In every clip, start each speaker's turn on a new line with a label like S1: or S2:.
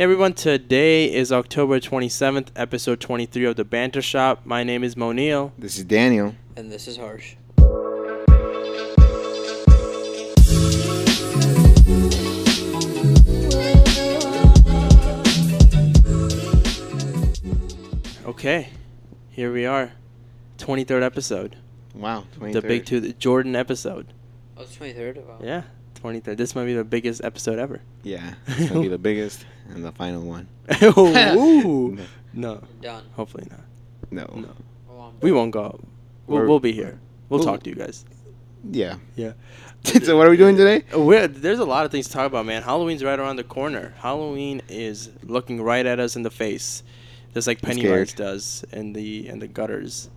S1: Everyone, today is October 27th, episode 23 of The Banter Shop. My name is Moniel.
S2: This is Daniel.
S3: And this is Harsh.
S1: Okay, here we are. 23rd episode.
S2: Wow, 23rd.
S1: The big two, the Jordan episode.
S3: Oh, it's 23rd? Wow.
S1: Yeah, 23rd. This might be the biggest episode ever.
S2: Yeah, it's gonna be the biggest and the final one.
S1: Ooh.
S2: No.
S1: No,
S3: Done.
S1: hopefully not.
S2: No.
S1: No.
S3: Well, I'm
S1: We won't go. We'll,
S2: We're-
S1: we'll be here. We'll
S2: Ooh.
S1: talk to you guys.
S2: Yeah.
S1: Yeah.
S2: so what are we doing today?
S1: We're, there's a lot of things to talk about, man. Halloween's right around the corner. Halloween is looking right at us in the face, just like
S2: I'm
S1: Pennywise
S2: scared.
S1: does in the in the gutters.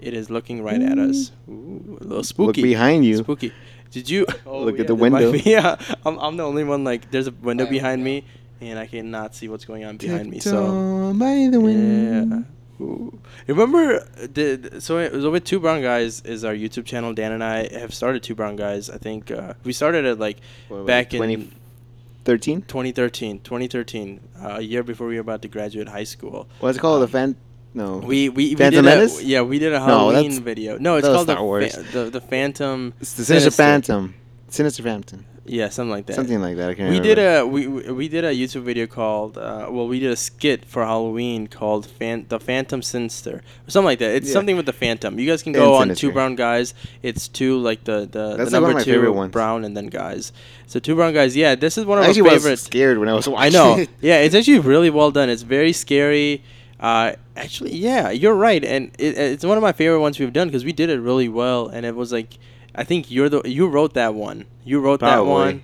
S1: It is looking right at us. Ooh, a little spooky.
S2: Look behind you.
S1: Spooky. Did you oh,
S2: Look
S1: yeah,
S2: at
S1: Oh,
S2: the
S1: there might
S2: window.
S1: be- yeah, I'm, I'm the only one. Like, there's a window
S3: By a
S1: behind me,
S3: window.
S1: and I cannot see what's going on behind me. So.
S2: Tiptoe by the
S1: Yeah.
S2: wind.
S1: Ooh. Remember, the, so it was over Two Brown Guys is our YouTube channel. Dan and I have started Two Brown Guys. I think uh, we started it like
S2: What was
S1: back
S2: it,
S1: in
S2: 2013?
S1: 2013, 2013, uh, a year before we were about to graduate high school.
S2: What's it called? The
S1: Um,
S2: fan? No.
S1: We we, we
S2: Oh. Phantom
S1: did
S2: Menace?
S1: a, yeah we did a
S2: No,
S1: Halloween
S2: that's-
S1: video. No, it's
S2: that was
S1: called the,
S2: Star Wars.
S1: Fa- the the Phantom.
S2: It's the Sinister
S1: Sinister.
S2: Phantom. Sinister Phantom.
S1: Yeah, something like that.
S2: Something like that. I can't
S1: we
S2: remember.
S1: did a we we we did a YouTube video called uh, well we did a skit for Halloween called Fan- the Phantom Sinister or something like that. It's
S2: Yeah.
S1: something with the Phantom. You guys can
S2: And
S1: go on
S2: Sinister.
S1: two brown guys. It's two like the the, the
S2: That's like
S1: number
S2: one of my
S1: two
S2: favorite ones.
S1: brown and then guys. So two brown guys. Yeah, this is one of
S2: I
S1: our
S2: actually was
S1: favorites.
S2: scared when I was
S1: I
S2: watching
S1: know.
S2: it.
S1: Yeah, it's actually really well done. It's very scary. Uh, actually, yeah, you're right, and it, it's one of my favorite ones we've done because we did it really well, and it was like, I think you're the you wrote that one. You wrote that
S2: Probably.
S1: one,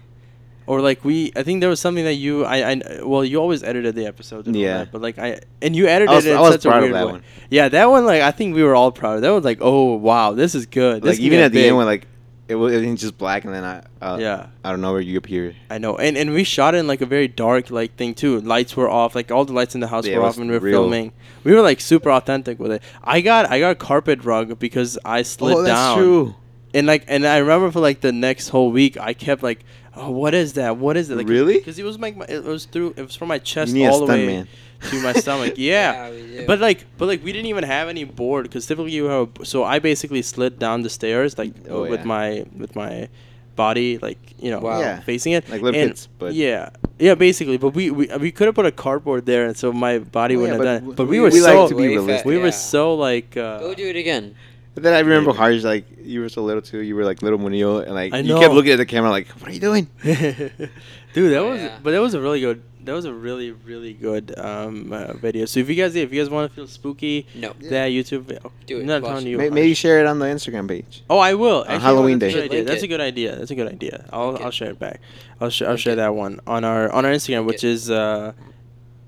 S1: or like we. I think there was something that you. I. I well, you always edited the episodes. And all
S2: Yeah.
S1: that, but like I and you edited
S2: I was-
S1: it. in
S2: I was
S1: such a
S2: proud of
S1: weird
S2: that
S1: way.
S2: one.
S1: Yeah, that one. Like I think we were all proud. of That was like, oh wow, this is good. This
S2: Like
S1: can
S2: even
S1: get
S2: at the
S1: big.
S2: end when like it was, it was just black and then I uh,
S1: Yeah.
S2: I don't know where you appeared.
S1: I know, and and we shot in like a very dark like thing too. Lights were off, like all the lights in the house
S2: Yeah, it
S1: were
S2: was
S1: off when we were
S2: real.
S1: filming. We were like super authentic with it. I got I got a carpet rug because I
S2: Oh,
S1: slid down, and like and I remember for like the next whole week I kept like, oh what is that? What is it? Like,
S2: Really?
S1: Because it was like my, it was through it was from my chest
S2: You need a
S1: all the way
S2: stunt man.
S1: to my stomach. Yeah.
S3: we do.
S1: But like, but like, we didn't even have any board because typically you have. So I basically slid down the stairs like
S2: Oh,
S1: with
S2: yeah.
S1: my with my body like you know
S3: Wow.
S2: Yeah.
S1: facing it
S2: Like little
S1: And-
S2: kids, but-
S1: yeah yeah basically but we we, we could have put a cardboard there and so my body
S2: Oh,
S1: wouldn't
S2: yeah,
S1: have done
S2: but
S1: it but we,
S2: we-
S1: were
S2: we like
S1: so
S2: to be
S3: Way
S2: realistic.
S3: fat,
S1: we
S3: yeah.
S1: were so like uh,
S3: Go do it again.
S2: But then I remember
S1: Maybe.
S2: Harsh like you were so little too. You were like little Munio and like
S1: I
S2: you kept
S1: know.
S2: looking at the camera like, what are you doing?
S1: dude that was
S3: Oh, Yeah.
S1: but that was a really good that was a really really good um uh, video so if you guys if you guys want to feel spooky
S3: No.
S1: that YouTube vi- oh,
S3: Do
S1: I'm
S3: it.
S1: not
S3: Watch
S1: telling
S3: it.
S1: you
S2: May-
S1: Harsh.
S2: Maybe share it on the Instagram page.
S1: Oh, I will. Actually, you know what?
S2: Halloween
S1: that's a
S2: day.
S1: good idea.
S3: Link
S1: That's
S3: it.
S1: a good idea. That's a good idea. I'll
S3: Link
S1: I'll
S3: it.
S1: share it back. I'll sh- I'll
S3: Link
S1: share
S3: it.
S1: that one on our on our Instagram, which
S3: it.
S1: is uh,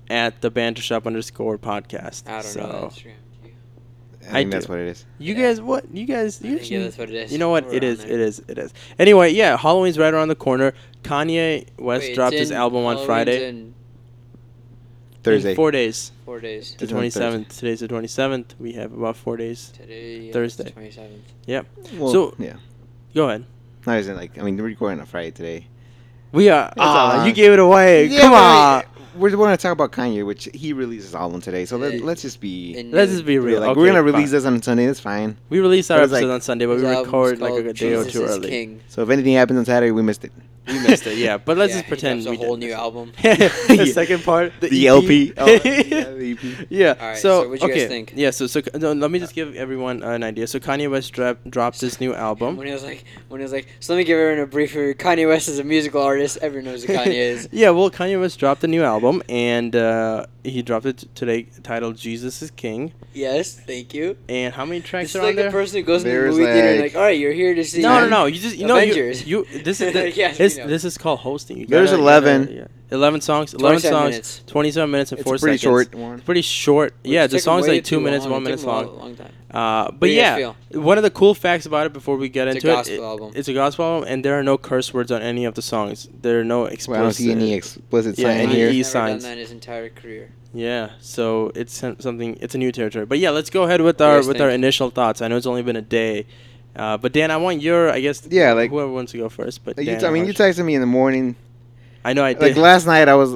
S1: at the banter shop underscore podcast.
S3: I don't
S1: so,
S3: know that Instagram. Do you?
S2: I,
S1: I
S2: think that's
S1: do.
S2: what it is.
S1: You
S3: Yeah.
S1: guys, what you guys? You
S3: I think, yeah,
S1: should-
S3: that's what it is.
S1: You know what?
S3: We're
S1: It
S3: on
S1: is.
S3: there.
S1: It is. It is. Anyway, yeah, Halloween's right around the corner. Kanye West
S3: Wait, it's
S1: dropped his
S3: in-
S1: album on
S3: Halloween's
S1: Friday.
S3: in
S2: Thursday.
S1: In four days.
S3: four days.
S1: The
S2: It's on
S1: twenty
S2: Thursday.
S1: seventh. Today's the twenty seventh. We have about four days.
S3: Today.
S1: Thursday.
S3: Twenty seventh.
S1: Yep.
S2: Well,
S1: so-
S2: yeah,
S1: Go ahead.
S2: no, isn't like I mean we're recording on Friday today.
S1: We are.
S2: It's
S1: Ah,
S2: on.
S1: you gave it away.
S2: Yeah,
S1: Come
S2: but
S1: on.
S2: We're going to talk about Kanye, which he released his album today. So let,
S3: Yeah.
S2: let's just be
S1: Let's just be real.
S2: like we're
S1: Okay,
S2: gonna
S1: fine.
S2: release this on Sunday. That's fine.
S1: We release our
S2: But it's like-
S1: episode on Sunday, but we record like a day or two early.
S3: King.
S2: So if anything happens on Saturday, we missed it.
S1: We missed it, yeah. But let's
S3: Yeah,
S1: just pretend
S3: he
S1: we
S3: drops a whole
S1: did
S3: new
S1: miss it.
S3: album.
S1: the
S2: Yeah.
S1: second part, the, E
S2: The
S1: EP.
S2: LP. Oh, yeah,
S1: yeah.
S2: the EP.
S3: All right,
S1: so,
S3: so what'd you
S1: okay.
S3: guys think?
S1: Yeah. So, so no, let me just give everyone an idea. So Kanye West dra- dropped his new album.
S3: When he was like, when he was like, so let me give everyone a brief review. Kanye West is a musical artist. Everyone knows who Kanye is.
S1: yeah, well, Kanye West dropped a new album, and uh, he dropped it t- today, titled "Jesus Is King."
S3: Yes, thank you.
S1: And how many tracks
S3: This
S1: are
S3: is
S1: on
S3: like
S1: there?
S3: the person who goes in the
S2: There's
S3: movie theater and
S2: like-
S3: like, all right, you're here to see.
S1: no, no,
S2: man.
S1: no. You just you know you,
S3: Avengers.
S1: you this is the,
S3: Yes, we
S1: this,
S3: know.
S1: this is called hosting. You
S2: There's
S1: gotta- you
S2: 11.
S1: gotta- yeah. Eleven songs. Eleven
S3: 27
S1: songs.
S3: minutes.
S1: Twenty-seven minutes and
S2: It's
S1: four
S2: a pretty
S1: seconds.
S2: short one.
S1: It's pretty short.
S3: Which
S1: yeah, the
S3: took
S1: song's
S3: way
S1: like two
S3: too
S1: minutes,
S3: long.
S1: one
S3: It
S1: minute
S3: took him a
S1: long.
S3: long time.
S1: Uh,
S3: do
S1: but
S3: you guys
S1: yeah,
S3: feel?
S1: one of the cool facts about it before we get
S3: It's a
S1: into it,
S3: gospel
S1: it-
S3: album.
S1: it's a gospel album, and there are no curse words on any of the songs. There are no explicit.
S2: Well, I don't see any explicit
S1: Yeah,
S2: sign
S1: and
S3: Kanye's
S2: here.
S1: he-
S3: never
S1: signs.
S3: done that his entire career.
S1: yeah, so it's some- something. It's a new territory. But yeah, let's go ahead with our
S3: guys
S1: with our
S3: think?
S1: initial thoughts. I know it's only been a day, uh, but Dan, I want your. I guess
S2: Yeah, like-
S1: whoever wants to go first. But
S2: Like, you
S1: Dan,
S2: t- I mean, you
S1: Harsh.
S2: texted me in the morning.
S1: I know I
S2: Like
S1: did.
S2: last night, I was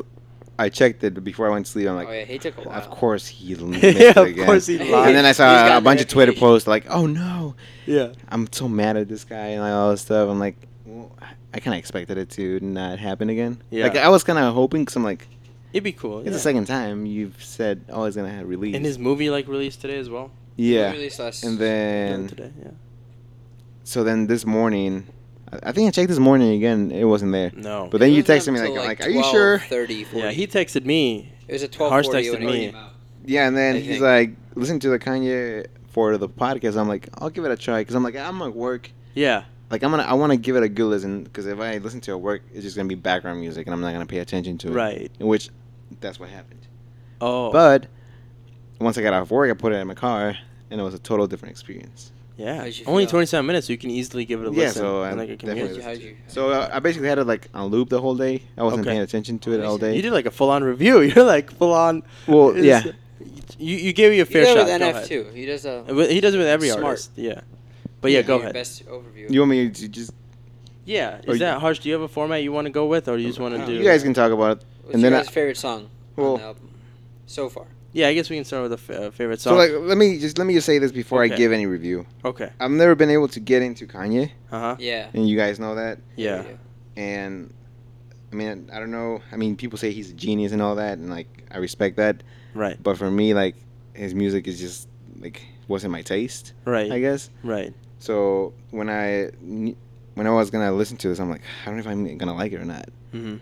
S2: I checked it before I went to sleep. I'm like,
S3: oh yeah, he took a while.
S2: of course he missed
S1: yeah,
S2: it
S1: of
S2: again.
S1: course he
S3: And
S1: lied.
S2: and then I
S3: He's got
S2: saw a
S3: the
S2: bunch of Twitter
S3: reputation.
S2: posts like, "Oh no,
S1: yeah,
S2: I'm so mad at this guy and like, all this stuff." I'm like, well, I kind of expected it to not happen again.
S1: Yeah.
S2: Like I was kind of hoping, cause I'm like,
S1: it'd be cool.
S2: it's
S1: Yeah.
S2: the second time you've said, "Oh, he's gonna have release."
S1: and his movie like released today as well.
S2: yeah.
S3: He released us-
S2: And
S1: Yeah,
S2: then
S1: today, yeah.
S2: so then this morning, I I think I checked this morning again. It wasn't there.
S1: No.
S2: But then
S3: It
S2: you
S3: was up
S2: texted me like,
S3: till,
S2: like, "Are you sure?"
S3: 12:30,
S1: yeah,
S3: 40.
S1: he texted me.
S3: It was at
S1: Harsh
S3: 12:40 when
S1: texted
S3: it
S1: me.
S3: came out.
S2: Yeah, and then
S3: I
S2: he's
S3: think.
S2: like, "Listen to the Kanye for the podcast." I'm like, "I'll give it a try," cause I'm like, "I'm at work."
S1: Yeah,
S2: Like I'm gonna, I want to give it a good listen because if I listen to it at work, it's just gonna be background music, and I'm not gonna pay attention to it.
S1: right.
S2: Which, that's what happened.
S1: Oh,
S2: But once I got off work, I put it in my car, and it was a total different experience.
S1: yeah.
S3: How'd you
S1: Only
S3: feel?
S1: 27 minutes, so you can easily give it a
S2: Yeah,
S1: listen.
S2: so I
S1: on, like, a
S2: definitely
S1: commute.
S3: How'd you- how'd you-
S2: So uh, I basically had it like on loop the whole day. I wasn't
S1: Okay.
S2: paying attention to it all
S3: Amazing.
S1: You
S2: day.
S1: did like a full on review. You're like full on.
S2: Well, yeah.
S1: You, you gave me a
S3: He
S1: fair
S3: did
S1: shot.
S3: it with
S1: Go
S3: NF
S1: ahead.
S3: too. He does a.
S1: But He does it with every
S3: Smart.
S1: artist. Yeah. But yeah,
S3: Give
S1: go
S3: you your
S1: ahead.
S3: Best overview.
S2: You want me to just?
S1: Yeah. Is
S2: Or you-
S1: that harsh? Do you have a format you want to go with, or you just
S3: Oh.
S1: want to do?
S2: You guys can talk about it.
S3: What's
S2: and
S3: your
S2: then I-
S3: guys' favorite song
S2: Well-
S3: on the album so far?
S1: Yeah, I guess we can start with a f- uh, favorite
S2: So,
S1: song.
S2: like, let me just let me just say this before
S1: Okay.
S2: I give any review.
S1: okay.
S2: I've never been able to get into Kanye,
S1: Uh huh.
S3: Yeah.
S2: and you guys know that.
S1: Yeah.
S2: And I mean, I don't know. I mean, people say he's a genius and all that, and like I respect that.
S1: Right.
S2: But for me, like his music is just like wasn't my taste. I
S1: Right.
S2: guess.
S1: Right.
S2: So when I when I was gonna listen to this, I'm like, I don't know if I'm gonna like it or not.
S1: Mm-hmm.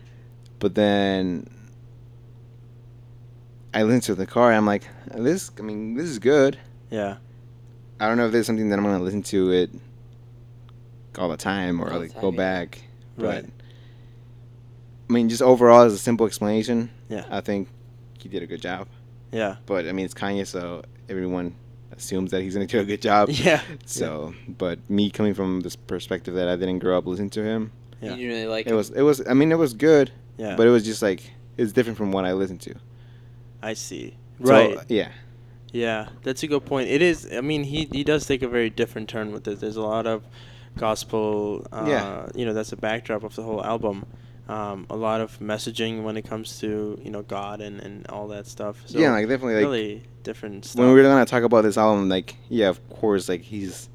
S2: But then I listened to it in the car. I'm like, this. I mean, this is good.
S1: Yeah.
S2: I don't know if there's something that I'm gonna listen to it all the time or
S3: All the
S2: like
S3: time,
S2: go
S3: yeah.
S2: back.
S1: Right.
S2: But, I mean, just overall, as a simple explanation,
S1: Yeah.
S2: I think he did a good job.
S1: Yeah.
S2: But I mean, it's Kanye, so everyone assumes that he's gonna do a good job.
S1: Yeah.
S2: So, but me coming from this perspective that I didn't grow up listening to him,
S1: Yeah.
S3: You didn't really like
S2: it was it was. I mean, it was good,
S1: Yeah.
S2: but it was just like it's different from what I listened to.
S1: I see.
S2: So,
S1: Right.
S2: yeah.
S1: Yeah, that's a good point. It is. I mean, he he does take a very different turn with this. There's a lot of gospel. Uh,
S2: Yeah.
S1: You know, that's the backdrop of the whole album. Um, a lot of messaging when it comes to you know God and, and all that stuff. So
S2: yeah, like definitely. Like
S1: really different stuff.
S2: when we were gonna talk about this album, like yeah, of course, like he's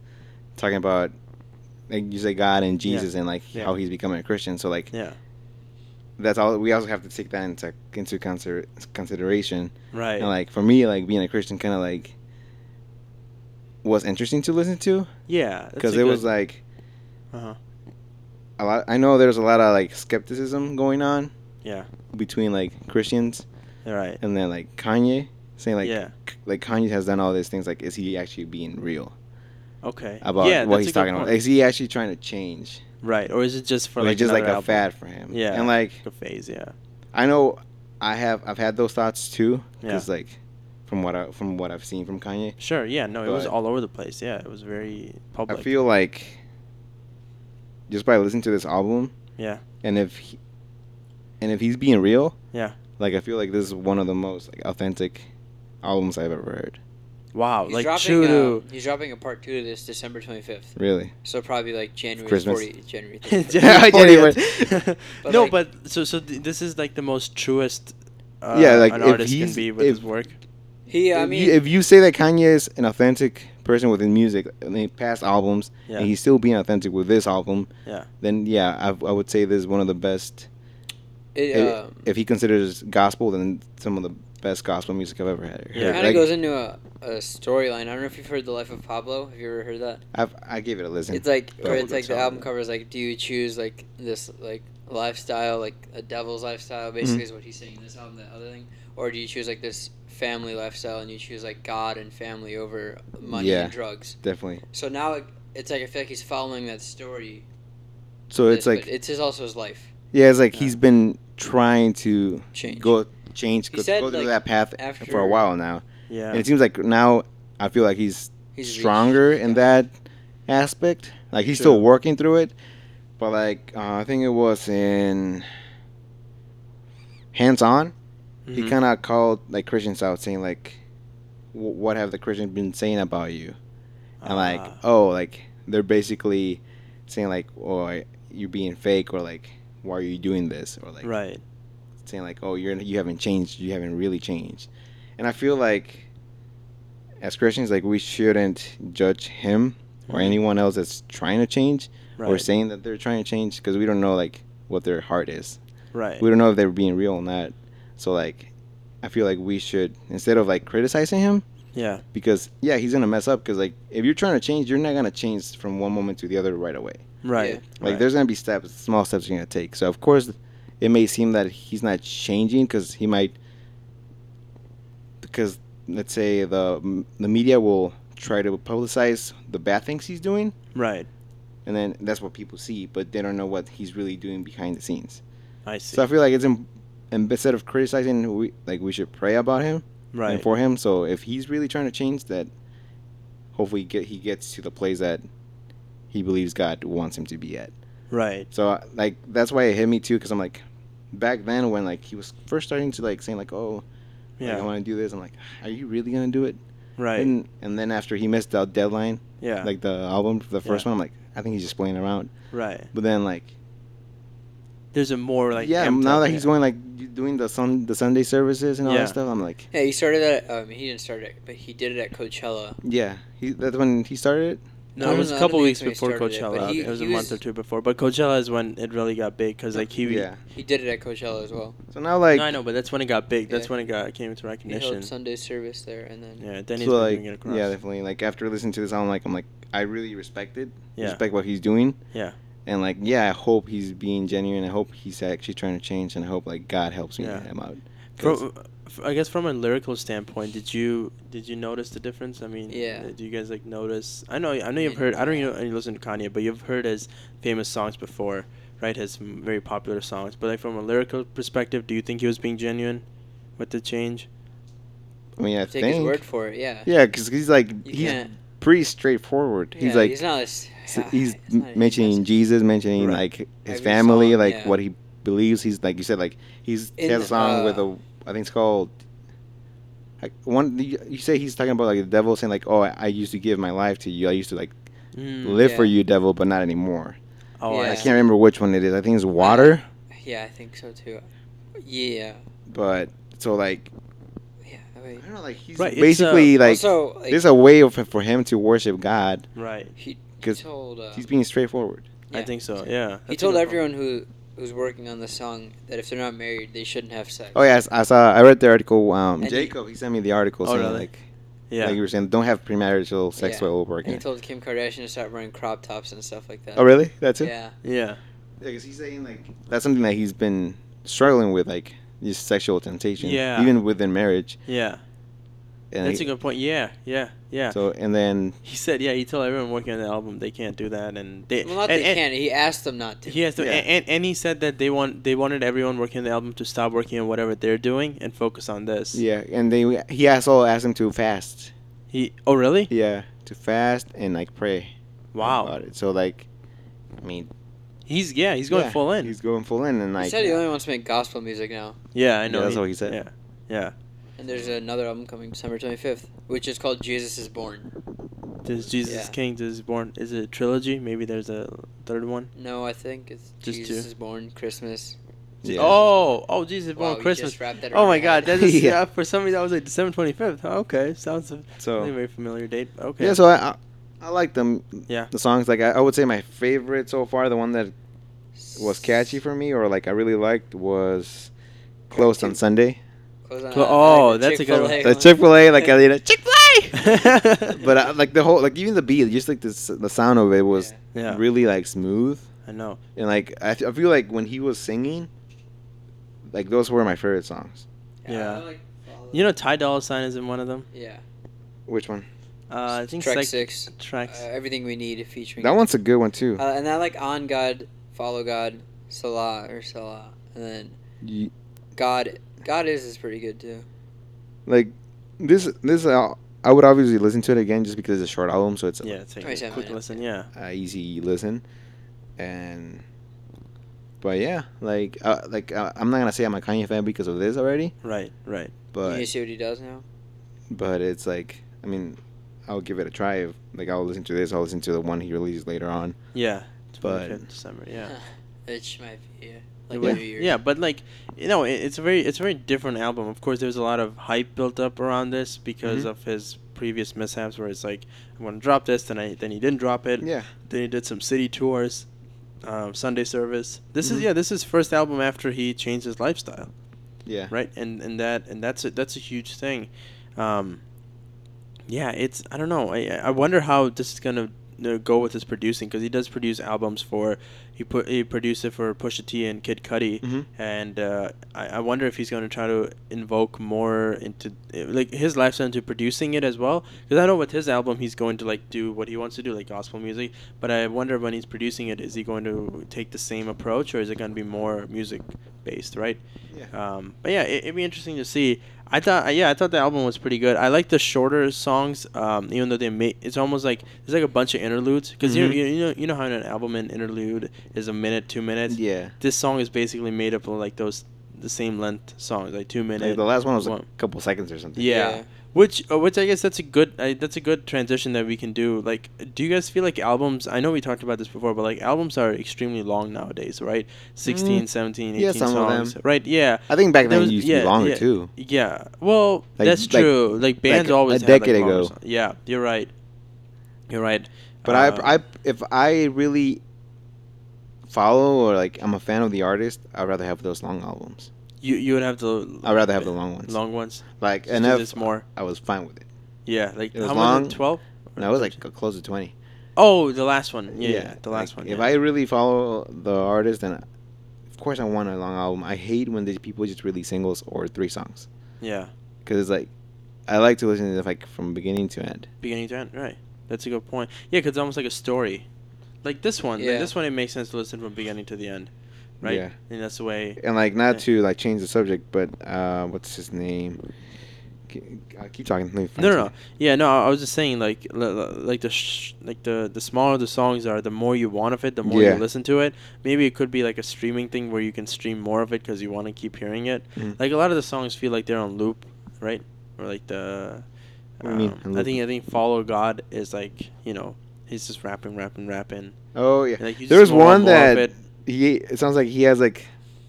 S2: talking about like you say God and
S1: Yeah.
S2: Jesus and like
S1: Yeah.
S2: how he's becoming a Christian. So like
S1: yeah.
S2: that's all. We also have to take that into into consider, consideration.
S1: Right.
S2: And like for me, like being a Christian, kind of like was interesting to listen to
S1: yeah. that's
S2: because
S1: a
S2: it
S1: good-
S2: was like
S1: Uh-huh.
S2: a lot. I know there's a lot of like skepticism going on.
S1: Yeah.
S2: Between like Christians
S1: All right.
S2: and then like Kanye saying like
S1: yeah.
S2: like Kanye has done all these things. Like, is he actually being real
S1: Okay.
S2: about
S1: yeah,
S2: what
S1: that's
S2: he's
S1: a good
S2: talking about?
S1: point.
S2: Is he actually trying to change?
S1: Right. Or is it just for
S2: Or is it
S1: like
S2: just like a
S1: another album?
S2: fad for him.
S1: Yeah.
S2: and like
S1: Like a phase. Yeah.
S2: I know I have I've had those thoughts too.
S1: Yeah.
S2: Because like from what I from what I've seen from Kanye,
S1: Sure. Yeah. No, it was
S2: But-
S1: all over the place. Yeah. It was very public.
S2: I feel like just by listening to this album,
S1: Yeah.
S2: and if he, and if he's being real,
S1: Yeah.
S2: like I feel like this is one of the most like authentic albums I've ever heard.
S1: wow.
S3: He's
S1: like
S3: dropping,
S1: Chudu.
S3: uh, he's dropping a part two to this December 25th.
S2: Really,
S3: So probably like January
S2: Christmas.
S3: 40th, January 31st.
S1: January
S2: January
S1: 40th.
S3: But,
S1: no,
S3: like-
S1: but so so th- this is like the most truest. Uh,
S2: Yeah, like,
S1: an
S2: if
S1: artist can
S2: he's-
S1: be with
S2: if-
S1: his work.
S3: He, I
S2: if,
S3: mean,
S2: you, if you say that Kanye is an authentic person with his music, I mean, past albums,
S1: Yeah.
S2: and he's still being authentic with this album,
S1: Yeah.
S2: then yeah, I, I would say this is one of the best.
S3: it,
S2: if-
S3: um,
S2: If he considers gospel, then some of the best gospel music I've ever heard.
S1: Yeah.
S3: It kind of
S2: Like,
S3: goes into a, a storyline. I don't know if you've heard The Life of Pablo. Have you ever heard that?
S2: I've, I gave it a listen.
S3: It's like,
S2: But
S3: or
S2: I
S3: it's
S2: would
S3: like the
S2: tell
S3: album
S2: them.
S3: cover is like, do you choose like this like lifestyle, like a devil's lifestyle,
S2: Mm-hmm.
S3: basically is what he's saying in this album, that other thing, or do you choose like this family lifestyle and you choose like God and family over money
S2: Yeah.
S3: and drugs?
S2: Definitely.
S3: So now it, it's like I feel like he's following that story.
S2: So it's
S3: this,
S2: like
S3: but it's his, also his life
S2: yeah, it's like
S1: Yeah.
S2: he's been trying to
S3: change.
S2: go change
S3: He
S2: go,
S3: said,
S2: go through
S3: like,
S2: that path
S3: after-
S2: for a while now,
S1: Yeah.
S2: and it seems like now I feel like he's
S3: He's reached-
S2: stronger in
S3: yeah.
S2: that aspect. Like he's
S1: True.
S2: still working through it, but like uh, I think it was in Hands On, he
S3: Mm-hmm.
S1: Mhm.
S2: kind of called like Christians out, saying like, w- "What have the Christians been saying about you?" And like,
S1: Ah,
S2: oh, like they're basically saying like, "Oh, I- you're being fake," or like, "Why are you doing this?" Or like,
S1: right.
S2: saying like, "Oh, you're you haven't changed. You haven't really changed." And I feel like as Christians, like we shouldn't judge him or
S1: Mhm.
S2: anyone else that's trying to change or
S1: Right.
S2: saying that they're trying to change because we don't know like what their heart is.
S1: right.
S2: We don't know if they're being real or not. So like, I feel like we should instead of like criticizing him
S1: Yeah.
S2: because yeah, he's gonna mess up. Because like, if you're trying to change, you're not gonna change from one moment to the other right away.
S1: Right.
S3: Yeah.
S2: Like
S1: right.
S2: there's gonna be steps, small steps you're gonna take. So of course, it may seem that he's not changing because he might, because let's say the the media will try to publicize the bad things he's doing,
S1: Right.
S2: and then that's what people see, but they don't know what he's really doing behind the scenes.
S1: I see.
S2: So I feel like it's im- and instead of criticizing, we like we should pray about him
S1: right.
S2: and for him. So if he's really trying to change that, hopefully get he gets to the place that he believes God wants him to be at.
S1: right.
S2: So I- like that's why it hit me too, because I'm like, back then when like he was first starting to like saying like, oh, like,
S1: Yeah.
S2: I want to do this. I'm like, are you really gonna do it?
S1: right.
S2: And and then after he missed the deadline,
S1: yeah.
S2: like the album, for the first
S1: Yeah.
S2: one, I'm like, I think he's just playing around.
S1: right.
S2: But then like,
S1: There's a more like
S2: yeah,
S1: amped
S2: now
S1: up-
S2: that he's
S1: yeah.
S2: going like d- doing the sun the Sunday services and all
S1: Yeah.
S2: that stuff, I'm like,
S3: Yeah, he started that. Um, he didn't start it, but he did it at Coachella.
S2: yeah, he that's when he started.
S1: No,
S3: I
S1: it was
S3: don't
S1: a
S3: know, I
S1: couple
S3: don't
S1: weeks
S3: think he
S1: before
S3: started it, but
S1: Coachella.
S3: he-
S1: it was a
S3: he
S1: month
S3: was-
S1: or two before, but Coachella is when it really got big because like he.
S2: yeah.
S3: He did it at Coachella as well.
S2: So now like,
S1: no, I know, but that's when it got big. That's
S3: Yeah.
S1: when it got came into
S3: He held
S1: recognition.
S3: Sunday service there, and then
S1: Yeah, Denny's
S2: so,
S1: been
S2: like
S1: doing it across.
S2: yeah, definitely. Like after listening to this album, like I'm like, I really respect it.
S1: Yeah.
S2: Respect what he's doing.
S1: Yeah.
S2: and like yeah i hope he's being genuine i hope he's actually trying to change and i hope like god helps me
S1: Yeah.
S2: him out 'Cause-
S1: From, f- I guess from a lyrical standpoint, did you did you notice the difference? I mean,
S3: Yeah.
S1: uh, Do you guys like notice? I know I know you've
S3: Yeah.
S1: heard. I don't even know if you listen to Kanye, but you've heard his famous songs before, right? His m- very popular songs. But like from a lyrical perspective, do you think he was being genuine with the change?
S2: i mean i
S3: take
S2: think
S3: his word for it. Yeah.
S2: yeah because he's like
S3: You
S2: he's
S3: can't.
S2: pretty straightforward he's
S3: yeah,
S2: like
S3: he's not. As,
S2: s- he's
S3: it's not as
S2: mentioning
S3: messy.
S2: jesus mentioning
S1: Right.
S2: like his
S3: Every
S2: family
S3: song,
S2: like
S3: yeah.
S2: what he believes he's like you said like he's he
S3: In,
S2: has a song with
S3: uh,
S2: a i think it's called like one you you say he's talking about like the devil saying like oh I, I used to give my life to you I used to like
S1: Mm.
S2: live for
S3: Yeah.
S2: you devil but not anymore
S1: Oh,
S2: I
S3: Yeah.
S1: I
S2: can't remember which one it is I think it's water
S3: Yeah, I think so too. Yeah.
S2: but so like
S3: Yeah. Wait.
S2: I don't know, like he's
S1: Right, it's, uh,
S2: basically like
S3: also, like,
S2: there's a way of, for him to worship God.
S1: right.
S3: he, he
S2: 'cause
S3: told. Uh,
S2: He's being straightforward.
S1: I
S3: Yeah.
S1: think so. Yeah. That's
S3: he
S1: a
S3: told
S1: good point.
S3: everyone who who's working on the song that if they're not married, they shouldn't have sex.
S2: Oh yeah, I s- I, saw. I read the article. Um,
S3: And he-
S2: Jacob, he sent me the article
S1: Oh,
S2: saying
S1: really?
S2: like,
S1: Yeah.
S2: like you were saying, don't have premarital sex
S3: Yeah.
S2: while
S3: And he
S2: working.
S3: told Kim Kardashian to start wearing crop tops and stuff like that.
S2: Oh really? That's it.
S3: Yeah.
S1: yeah.
S2: Because he's saying like that's something that he's been struggling with, like just sexual temptation.
S1: Yeah.
S2: Even within marriage.
S1: Yeah.
S2: And
S1: That's
S2: he-
S1: a good point. Yeah. Yeah. Yeah.
S2: So and then
S1: He said, yeah, he told everyone working on the album they can't do that, and they
S3: Well, not
S1: and,
S3: they
S1: and-
S3: can't. He asked them not to.
S1: He has to,
S2: Yeah.
S1: and, and and he said that they want they wanted everyone working on the album to stop working on whatever they're doing and focus on this.
S2: yeah, and they he also asked him to fast.
S1: He oh really?
S2: Yeah, to fast and like pray.
S1: Wow.
S2: About it. So like, I mean,
S1: He's yeah he's going
S2: yeah,
S1: full in.
S2: He's going full in and
S3: He
S2: like.
S3: said he only wants to make gospel music now,
S1: yeah I
S2: Yeah,
S1: know.
S2: that's
S1: he-
S2: what he said.
S1: Yeah. Yeah.
S3: and there's another album coming December 25th, which is called Jesus is Born.
S1: There's Jesus is
S3: Yeah.
S1: King. Jesus is Born. Is it a trilogy? Maybe there's a third one.
S3: No, I think it's
S1: Just
S3: Jesus
S1: two.
S3: is Born Christmas.
S2: Yeah.
S1: Oh oh Jesus is
S3: Wow,
S1: Born
S3: we
S1: Christmas.
S3: just wrapped that
S1: Oh
S3: around
S1: my
S3: our
S1: God!
S3: head.
S1: That is
S2: Yeah.
S1: yeah. For some reason, I was like December twenty fifth. Okay, sounds a
S2: So-
S1: a very familiar date. Okay.
S2: Yeah, so I, I I like them.
S1: Yeah.
S2: The songs like I, I would say my favorite so far, the one that was catchy for me or like I really liked was Closed on Sunday.
S3: Close on-
S1: Clo-
S3: I like
S1: oh,
S3: the
S1: that's a good one.
S3: Chick-fil-A
S2: The Chick Fil A, like I did it, Chick
S1: so,
S2: but I, like the whole, like even the beat, just like the s- the sound of it was
S3: Yeah.
S1: yeah,
S2: really like smooth,
S1: I know.
S2: and like I, f- I feel like when he was singing, like those were my favorite songs.
S1: Yeah.
S3: I like follow-
S1: You know, Ty Dolla Sign is in one of them.
S3: Yeah.
S2: Which one?
S1: Uh, I think
S3: Track
S1: Psych-
S3: six. Uh,
S1: Tracks.
S3: everything we need featuring.
S2: That one's a good one too.
S3: Uh, and I like on God, follow God, Salah or Salah, and then
S2: You-
S3: God. God is is pretty good too.
S2: like this this uh, I would obviously listen to it again just because it's a short album, so it's
S1: yeah, take a
S3: 27
S1: quick
S3: minutes,
S1: listen. Yeah.
S2: a easy listen, and but yeah, like uh, like uh, I'm not gonna say I'm a Kanye fan because of this already,
S1: Right. Right.
S2: but
S3: you see what he does now?
S2: but it's like I mean I'll give it a try if like I'll listen to this, I'll listen to the one he releases later on,
S1: Yeah.
S2: But-
S1: 25th December. Yeah.
S3: Which might be. like
S1: yeah.
S3: New Year's.
S1: Yeah, but like you know, it, it's a very it's a very different album. Of course, there's a lot of hype built up around this because
S3: Mm-hmm.
S2: Mhm.
S1: of his previous mishaps, where it's like I'm gonna drop this, then I then he didn't drop it,
S2: Yeah.
S1: then he did some city tours, um, Sunday service. This
S2: Mhm.
S3: Mm-hmm.
S1: is yeah, this is first album after he changed his lifestyle,
S2: Yeah.
S1: right? And and that and that's a, that's a huge thing. Um, yeah, it's I don't know. I I wonder how this is gonna you know, go with his producing because he does produce albums for he put he produced it for Pusha T and Kid Cudi
S2: Mhm.
S1: and uh, I, I wonder if he's going to try to invoke more into eh, like his lifestyle into producing it as well because i know with his album he's going to like do what he wants to do like gospel music but i wonder when he's producing it is he going to take the same approach or is it going to be more music based right
S2: Yeah.
S1: um, but yeah it, it'd be interesting to see i thought yeah i thought the album was pretty good i like the shorter songs um, even though they make it's almost like there's like a bunch of interludes because
S2: Mhm.
S1: you, you know you know how in an album an interlude is a minute two minutes
S2: Yeah.
S1: this song is basically made up of like those the same length songs, like two minutes.
S2: Like, the last one was a
S1: One.
S2: couple seconds or something.
S1: yeah.
S3: Yeah.
S1: which uh, which I guess that's a good uh, that's a good transition that we can do. Like, do you guys feel like albums? I know we talked about this before, but like albums are extremely long nowadays, right? 16, 17, 18
S2: Mm. yeah, some of
S1: songs,
S2: them.
S1: right? Yeah,
S2: I think back
S1: There
S2: then
S1: was-
S2: it used
S1: yeah,
S2: to be longer
S1: yeah.
S2: too.
S1: yeah. Well,
S2: Like-
S1: that's
S2: like-
S1: true. Like bands
S2: a- a
S1: always had,
S2: decade
S1: like, longer
S2: ago.
S1: songs. Yeah, you're right. You're right.
S2: But
S1: Um,
S2: I, I, if I really follow or like I'm a fan of the artist, I'd rather have those long albums.
S1: you you would have the
S2: I'd rather have the long ones.
S1: long ones.
S2: Like
S1: Just
S2: and
S1: 'cause
S2: if
S1: it's more.
S2: I was fine with it.
S1: Yeah, like
S2: It was
S1: how
S2: long.
S1: much? Twelve.
S2: No, it was like close to twenty.
S1: Oh, the last one. Yeah, yeah, the
S2: like,
S1: last one.
S2: If
S1: yeah.
S2: I really follow the artist, then of course I want a long album. I hate when these people just release singles or three songs
S1: yeah,
S2: because it's like I like to listen to it like from beginning to end.
S1: beginning to end, right? That's a good point. Yeah, 'cause it's almost like a story. Like this one, like
S3: Yeah.
S1: this one, it makes sense to listen from beginning to the end, right?
S2: Yeah.
S1: And that's the way.
S2: and like not
S1: Yeah.
S2: to like change the subject, but uh, what's his name? K- I keep talking. Let me find
S1: No, no, no.
S2: something.
S1: Yeah, no. I was just saying, like, l- l- like the sh- like the the smaller the songs are, the more you want of it, the more
S2: Yeah.
S1: you listen to it. Maybe it could be like a streaming thing where you can stream more of it 'cause you want to keep hearing it.
S2: Mhm.
S1: Like a lot of the songs feel like they're on loop, right? Or like the.
S2: What do you mean,
S1: um,
S2: on
S1: I
S2: loop?
S1: think I think follow God is like you know he's just rapping, rapping, rapping.
S2: Oh yeah,
S1: Like, you
S2: there
S1: just
S2: was
S1: want more
S2: one
S1: of
S2: that
S1: it.
S2: he. It sounds like he has like,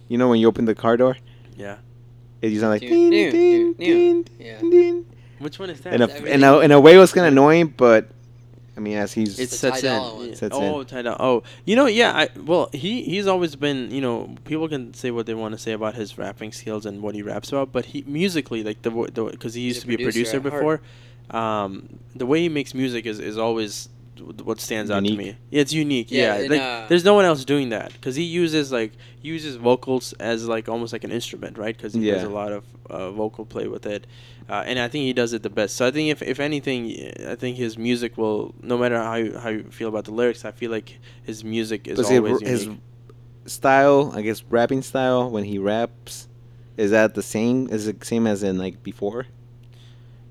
S2: you know, when you open the car door,
S1: Yeah.
S2: it just sounds like
S3: Dude,
S2: ding, ding,
S3: dude, dude, dude.
S2: ding,
S3: Yeah.
S2: ding.
S1: Which one is that?
S2: In a
S3: That
S2: in a in a way, it was kind of annoying, but I mean, as he's
S1: It
S3: the
S1: sets
S3: Ty
S1: in.
S3: Dolla one.
S1: Yeah.
S2: Sets
S1: oh, Ty Dolla. Oh, you know, yeah. I well, he he's always been. You know, people can say what they want to say about his rapping skills and what he raps about, but he musically, like the because he
S3: He's
S1: used
S3: a
S1: to be a
S3: producer
S1: producer
S3: at
S1: before. Um, the way he makes music is is always what stands out to
S2: Unique.
S1: me. It's unique.
S3: Yeah,
S1: Yeah,
S3: and,
S1: like
S3: uh,
S1: there's no one else doing that because he uses like he uses vocals as like almost like an instrument, right? Because he does
S2: Yeah.
S1: a lot of uh, vocal play with it, uh, and I think he does it the best. So I think if, if anything, I think his music will no matter how you, how you feel about the lyrics, I feel like his music is
S2: but see,
S1: always
S2: his
S1: unique.
S2: style, I guess, rapping style when he raps, is that the same? Is it same as in like before?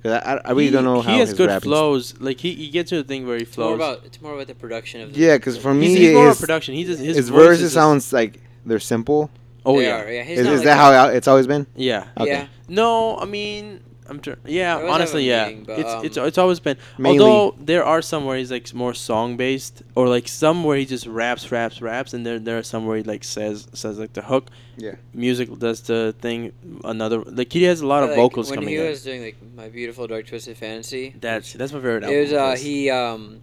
S2: Because I, I- I really
S1: he,
S2: don't know
S1: he
S2: how
S1: has
S2: his
S1: good
S2: rapping
S1: flows. like he, he gets to the thing where he
S3: It's
S1: flows.
S3: more about it's more about the production of the
S2: Yeah, because for me,
S1: he's, he's more of a
S2: his,
S1: production. He just his,
S2: his,
S1: voice is
S2: verses
S1: just-
S2: sounds like they're simple.
S1: Oh
S3: They
S1: yeah,
S3: are, yeah. He's
S2: Is,
S3: not
S2: is
S3: like
S2: that
S3: a-
S2: how it's always been?
S1: yeah.
S2: Okay.
S3: Yeah.
S1: No, I mean, I'm tr- yeah,
S3: I always have
S1: honestly,
S3: a
S1: yeah.
S3: meeting, but,
S1: it's, it's
S3: um,
S1: it's always been.
S2: Mainly-
S1: Although there are some where he's like more song based, or like some where he just raps, raps, raps, and there there are some where he like says says like the hook.
S2: Yeah.
S1: Music does the thing. Another like he has a lot of
S3: like,
S1: vocals
S3: when
S1: coming
S3: he
S1: in.
S3: was doing like my beautiful dark twisted fantasy.
S1: that's that's my favorite album.
S3: It was
S1: of
S3: uh
S1: his.
S3: he um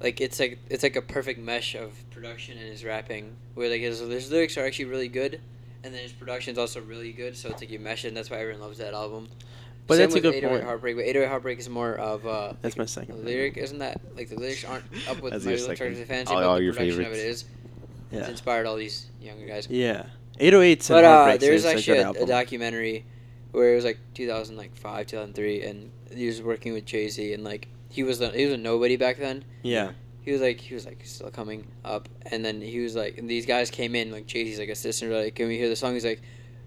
S3: like it's like it's like a perfect mesh of production and his rapping where like his, his lyrics are actually really good and then his production's also really good so it's like you mesh it and that's why everyone loves that album.
S1: But
S3: Same
S1: that's a
S3: with
S1: good
S3: 808
S1: point.
S3: Heartbreak, but 808 Heartbreak is more of uh
S1: that's my
S3: the
S1: second.
S3: lyric isn't that like the lyrics aren't up with
S2: That's
S3: my
S2: your
S3: little
S2: second.
S3: dark twisted fantasy
S2: All-
S3: but
S2: all
S3: the
S2: your
S3: production of it
S2: favorites.
S3: is it's
S1: Yeah.
S3: inspired all these younger guys.
S1: Yeah. 808s
S3: But
S1: and
S3: uh,
S1: Heartbreaks
S3: there's
S1: is a
S3: actually
S1: good
S3: a, a
S1: album.
S3: documentary where it was like 2005, 2003, and he was working with Jay Z, and like he was the, he was a nobody back then.
S1: yeah.
S3: He was like he was like still coming up, and then he was like and these guys came in like Jay Z's like assistant, were like can we hear the song? He's like,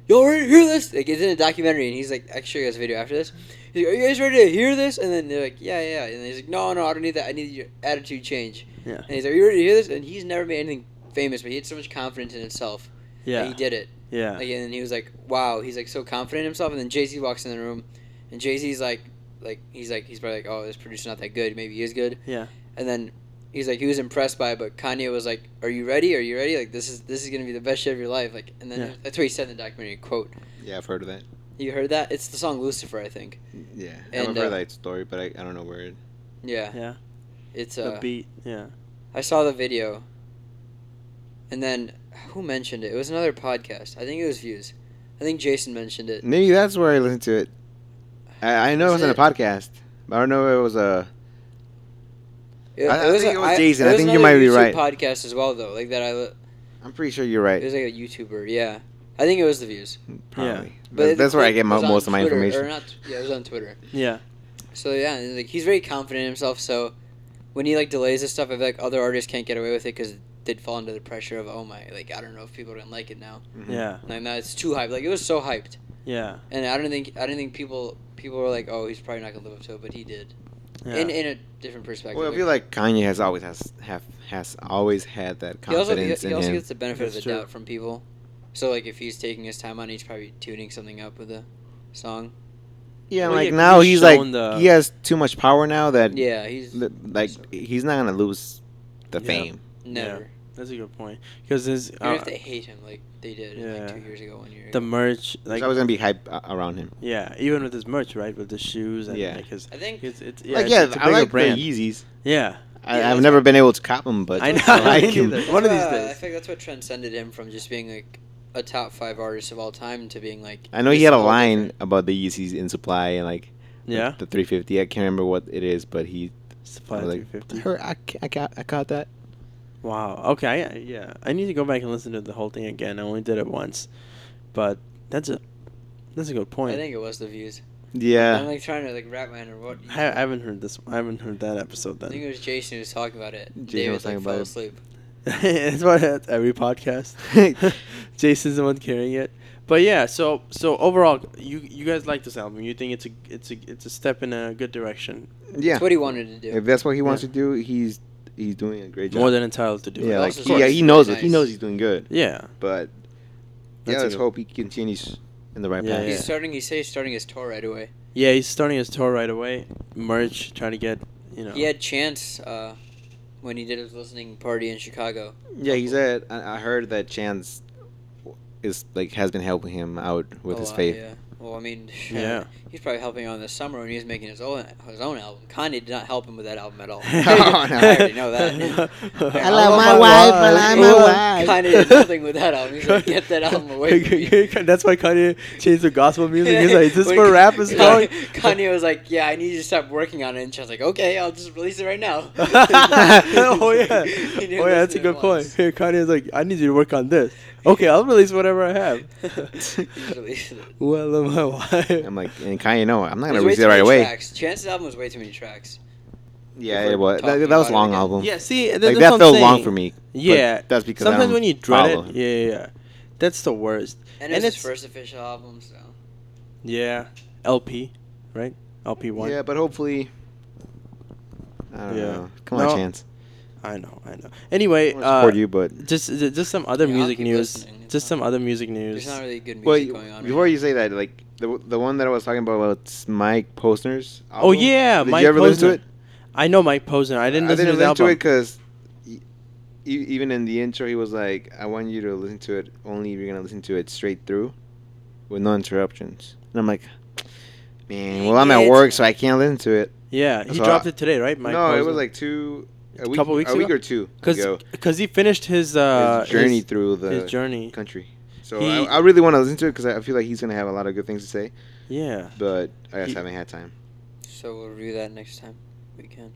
S3: y'all ready to hear this? Like it's in a documentary, and he's like I can show you guys a video after this. He's like, are you guys ready to hear this? And then they're like yeah yeah, and he's like no no I don't need that I need your attitude change.
S1: Yeah.
S3: And he's like are you ready to hear this? And he's never made anything famous, but he had so much confidence in himself. that
S1: Yeah.
S3: he did it.
S1: Yeah.
S3: Like, and then he was like, "Wow," he's like so confident in himself. And then Jay Z walks in the room, and Jay Z's like, like he's like he's probably like, "Oh, this producer's not that good. Maybe he is good."
S1: Yeah.
S3: And then he's like he was impressed by it, but Kanye was like, "Are you ready? Are you ready? Like this is this is gonna be the best shit of your life." Like, and then
S1: Yeah.
S3: that's what he said in the documentary. Quote:
S2: Yeah, I've heard of that.
S3: "You heard that? It's the song Lucifer, I think.
S2: Yeah,
S3: And,
S2: I've heard
S3: uh,
S2: that story, but I, I don't know where it.
S3: Yeah,
S1: Yeah.
S3: it's
S1: The
S3: uh,
S1: beat. Yeah.
S3: I saw the video, and then who mentioned it? It was another podcast. I think it was Views. I think Jason mentioned it.
S2: Maybe that's where I listened to it. I, I know it was
S3: Was
S2: on a
S3: it-
S2: podcast. But I don't know if it was a.
S3: It,
S2: I- I think it was
S3: I-
S2: Jason. I
S3: was
S2: think you
S3: another
S2: might be
S3: YouTube
S2: right.
S3: Podcast as well though, like that. I li-
S2: I'm pretty sure you're
S3: it
S2: right.
S3: was like a YouTuber. Yeah, I think it was the Views.
S2: Probably.
S3: But
S2: That-
S3: it-
S2: that's where I
S3: it
S2: get my,
S3: was on
S2: most of my
S3: Twitter,
S2: information.
S3: Or not, yeah, it was on Twitter.
S1: Yeah.
S3: So yeah, and, like he's very confident in himself. So when he like delays this stuff, I feel like other artists can't get away with it because did fall under the pressure of oh my, like I don't know if people are gonna like it now.
S2: Mhm.
S1: Yeah.
S3: Like now it's too hyped. Like it was so hyped,
S1: Yeah.
S3: and I don't think I don't think people people were like oh he's probably not gonna live up to it, but he did.
S1: Yeah.
S3: In in a different perspective.
S2: Well, I feel like Kanye has always has have has always had that
S3: he also, he,
S2: confidence
S3: he also
S2: in him.
S3: gets the benefit of
S1: That's
S3: the
S1: true.
S3: doubt from people. So like if he's taking his time on, it, he's probably tuning something up with the song.
S2: yeah,
S1: Well,
S2: like
S1: yeah, 'cause
S2: now
S1: he's
S2: he's like
S1: shown the-
S2: he has too much power now that
S3: Yeah, he's
S2: li- like he's not gonna lose the
S1: Yeah.
S2: fame.
S3: never.
S1: That's a good point. Because his
S3: Even
S1: uh,
S3: if they hate him like they did like
S1: yeah.
S3: two years ago, one year ago.
S1: the merch, like
S2: There's always gonna be hype uh, around him.
S1: yeah, even with his merch, right, with the shoes and
S2: Yeah.
S1: like his,
S3: I think
S1: it's, it's yeah,
S2: Yeah, like,
S1: it's,
S2: yeah,
S1: it's a
S2: I
S1: bigger
S2: like
S1: brand.
S2: the Yeezys.
S1: yeah,
S2: I,
S3: Yeah,
S2: I've
S3: it's
S2: never been able to cop them, but
S1: I
S2: I,
S1: know.
S2: like
S1: Me
S2: him.
S1: neither. One of these
S3: Uh, I
S1: days.
S3: think that's what transcended him from just being like a top five artist of all time to being like.
S2: I know he
S3: this
S2: had a
S3: whole
S2: line
S3: different-
S2: about the Yeezys in supply and like
S1: yeah.
S2: the 350. I can't remember what it is, but he I
S1: Supply
S2: was like,
S1: 350.
S2: "Her- I, ca- I, ca- I caught that.
S1: Wow. Okay. I, yeah. I need to go back and listen to the whole thing again. I only did it once, but that's a that's a good
S3: I
S1: point. I,
S3: think it was the views. I'm
S2: Yeah,
S3: like trying to like wrap my head around what.
S1: I haven't heard this. I haven't heard that episode
S3: I think
S1: then.
S3: it was Jason who was talking about it.
S2: Jason
S3: David
S2: was
S3: like,
S2: talking
S3: fell
S2: about it.
S3: asleep.
S1: it's about it at every podcast. Jason's the one carrying it. But yeah. So so overall, you you guys like this album. You think it's a it's a it's a step in a good direction.
S2: yeah.
S3: That's what he wanted to do.
S2: If that's what he wants
S1: Yeah.
S2: to do, he's he's doing a great job.
S1: More than entitled to do.
S2: yeah,
S1: it.
S2: like
S3: Also,
S2: he, yeah,
S3: it's
S2: he knows
S3: really
S2: it. He
S3: nice.
S2: knows he's doing good.
S1: Yeah.
S2: But
S1: That's
S2: yeah,
S1: a
S2: let's
S1: good-
S2: hope he continues in the right
S1: Yeah,
S2: path.
S3: He's
S1: yeah.
S3: starting. He said he's starting his tour right away.
S1: Yeah. He's starting his tour right away. Merch, trying to get you know.
S3: He had Chance uh, when he did his listening party in Chicago.
S2: Yeah, he said I, I heard that Chance is like has been helping him out with
S3: a
S2: his
S1: Oh,
S3: lot,
S2: faith.
S3: Oh, uh, Yeah. Well, I mean,
S1: Yeah.
S3: he's probably helping on this summer when he was making his own his own album. Kanye did not help him with that album at
S2: Oh,
S3: all.
S2: no.
S3: I already know that.
S1: I
S2: love my wife, I love my
S3: Well,
S2: wife.
S3: Kanye did nothing with that album. He's like, get that album away from me.
S1: That's why Kanye changed the gospel music. He's like, is this where rap is going?
S3: Kanye, Kanye was like, yeah, I need you to stop working on it. And Chad's like, okay, I'll just release it right now.
S1: oh yeah,
S3: He
S1: oh
S3: didn't
S1: yeah, that's a
S3: listen to
S1: good
S3: it
S1: point.
S3: once.
S1: Kanye's like, I need you to work on this. Okay, I'll release whatever I have.
S3: He just released it.
S1: well, I love my wife.
S2: I'm like, and Kanye, no, I'm not gonna
S3: There's way
S2: release
S3: too
S2: it right
S3: many
S2: away.
S3: Tracks. Chance's album was way too many tracks.
S2: Yeah,
S3: If
S2: it
S3: we're
S2: was
S3: talking
S2: that, that was
S3: about it
S2: long
S3: again.
S2: album.
S1: yeah, see, th-
S2: like
S1: that's
S2: that
S1: what I'm
S2: felt long
S1: saying.
S2: for me. but
S1: Yeah,
S2: that's because I
S1: sometimes
S2: don't
S1: when you dread
S2: follow
S1: it,
S2: him.
S1: yeah, yeah, yeah, that's the worst. And
S3: And, it's
S1: it's-
S3: his first official album, so.
S1: Yeah, LP, right? LP one.
S2: Yeah, but hopefully. I don't
S1: Yeah.
S2: know. Come
S1: No,
S2: on, Chance.
S1: I know, I know. Anyway,
S2: I wanna support
S1: uh,
S2: you, but
S1: just ju- just some other
S3: Yeah, I'll
S1: music
S3: keep
S1: news.
S3: listening. It's
S1: Just
S3: not-
S1: some other music
S3: There's
S1: news.
S3: not really good music
S2: Well,
S3: going on.
S2: before
S3: right
S2: you say that, like the the one that I was talking about was Mike Posner's. Album.
S1: Oh yeah,
S2: did
S1: Mike
S2: you ever
S1: Posner.
S2: listen to it?
S1: I know Mike Posner. I didn't listen
S2: I didn't
S1: to his
S2: listen to
S1: album.
S2: it because even in the intro, he was like, "I want you to listen to it only if you're gonna listen to it straight through, with no interruptions." And I'm like, "Man, well, I'm
S3: Yeah,
S2: at
S3: it's-
S2: work, so I can't listen to it."
S1: Yeah, he
S2: So
S1: dropped
S2: I-
S1: it today, right? Mike
S2: no, it was like two, a week,
S1: couple weeks
S2: a week
S1: ago?
S2: or two ago.
S1: because he finished his uh
S2: his journey
S1: his-
S2: through the
S1: his journey.
S2: country. So
S1: He-
S2: I, I really want to listen to it because I feel like he's gonna have a lot of good things to say,
S1: Yeah,
S2: but I just
S1: He-
S2: haven't had time.
S3: now. So we'll review that next time we can.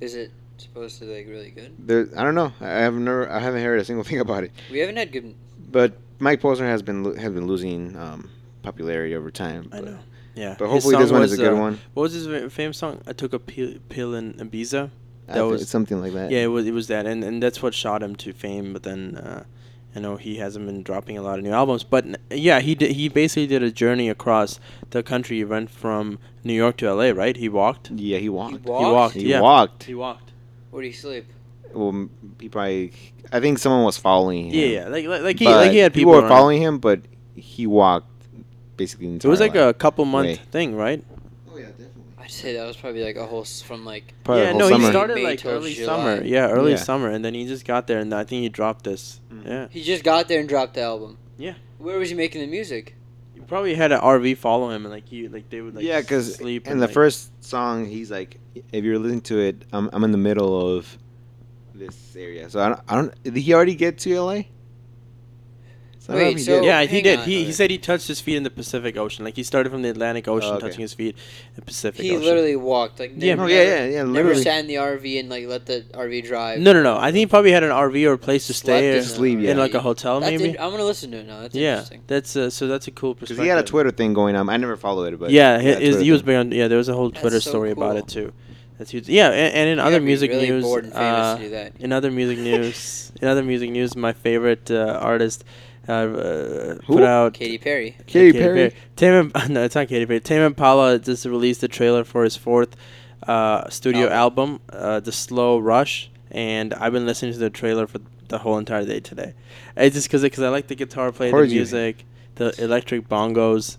S3: Is it supposed to be like really good?
S2: There, I don't know. I have never, I haven't heard a single thing about it.
S3: We haven't had good.
S2: But Mike Posner has been lo- has been losing um, popularity over time.
S1: I
S2: but-
S1: know. Yeah,
S2: But
S1: His
S2: hopefully
S1: song
S2: this one is a
S1: was,
S2: good
S1: uh,
S2: one.
S1: What was his fa- famous song? I took a pill, pill in Ibiza.
S2: I
S1: that
S2: think
S1: was-
S2: it's something like that.
S1: Yeah, it was it was that, and and that's what shot him to fame. But then, uh, I know he hasn't been dropping a lot of new albums. But n- yeah, he did. He basically did a journey across the country. He went from New York to L.A. Right? He walked.
S2: Yeah, he walked.
S3: walked?
S1: He walked.
S2: He
S1: yeah.
S2: walked.
S1: He walked.
S3: Where do you sleep?
S2: Well, m- he probably. I think someone was following him.
S1: Yeah, yeah. Like like, like he like he
S2: But
S1: had people,
S2: were
S1: around.
S2: following him, but he walked basically.
S1: It was like a couple month
S2: Way.
S1: thing, right?
S2: Oh yeah, definitely.
S3: I I'd say that was probably like a whole s- from like
S2: Probably
S1: yeah,
S2: the whole
S1: no, he
S2: summer.
S1: started
S3: May
S1: like
S3: till
S1: early
S3: July.
S1: summer. Yeah, early
S2: Yeah.
S1: summer, and then he just got there, and I think he dropped this.
S2: Mm.
S1: Yeah,
S3: he just got there and dropped the album.
S1: Yeah.
S3: Where was he making the music?
S1: he probably had an RV follow him, and like he like they would like
S2: yeah, because in
S1: sleep
S2: the
S1: like-
S2: first song, he's like, if you're listening to it, I'm, I'm in the middle of this area. So I don't, I don't did he already get to LA? So I don't know
S3: Wait,
S2: if he
S3: so-
S2: did.
S1: yeah, he
S3: hang
S1: did.
S3: on.
S1: He,
S2: Okay.
S1: he said he touched his feet in the Pacific Ocean. Like he started from the Atlantic Ocean,
S2: okay.
S1: touching his feet in the Pacific
S3: Oh, He
S1: Ocean.
S3: literally walked like
S1: Yeah,
S2: no,
S3: never-
S2: oh, yeah, yeah, yeah.
S3: Oh, Never
S2: Literally,
S3: sat in the RV and like let the RV drive.
S1: no, no, no. I think he probably had an RV or a place to
S3: Slept
S1: stay,
S3: in
S1: or,
S3: the
S2: Sleep,
S1: in
S2: yeah.
S1: like a hotel
S3: That's
S1: maybe.
S3: in- I'm gonna listen to it now. That's
S1: yeah,
S3: interesting.
S1: that's uh, so that's a cool
S2: because
S1: perspective.
S2: he had a Twitter thing going on. I never followed it, but
S1: yeah,
S2: that
S1: his,
S2: Twitter
S1: he was
S2: thing.
S1: big on. Yeah, there was a whole
S3: That's
S1: Twitter
S3: so
S1: story about
S3: cool.
S1: it too. That's huge. Yeah, and, and in
S3: You
S1: other
S3: gotta be
S1: music
S3: really
S1: news,
S3: bored and famous
S1: uh,
S3: to do that.
S1: in other music news, in other music news, my favorite uh, artist uh, uh,
S2: Who?
S1: put out
S3: Katy Perry.
S2: Katy
S1: Katy
S2: Perry.
S1: Tame Im- no, it's not Katy Perry. Tame Impala just released the trailer for his fourth uh,
S2: Oh.
S1: studio album, uh, The Slow Rush, and I've been listening to the trailer for the whole entire day today. It's just because I like the guitar play, the
S2: Heard you.
S1: music, the electric bongos.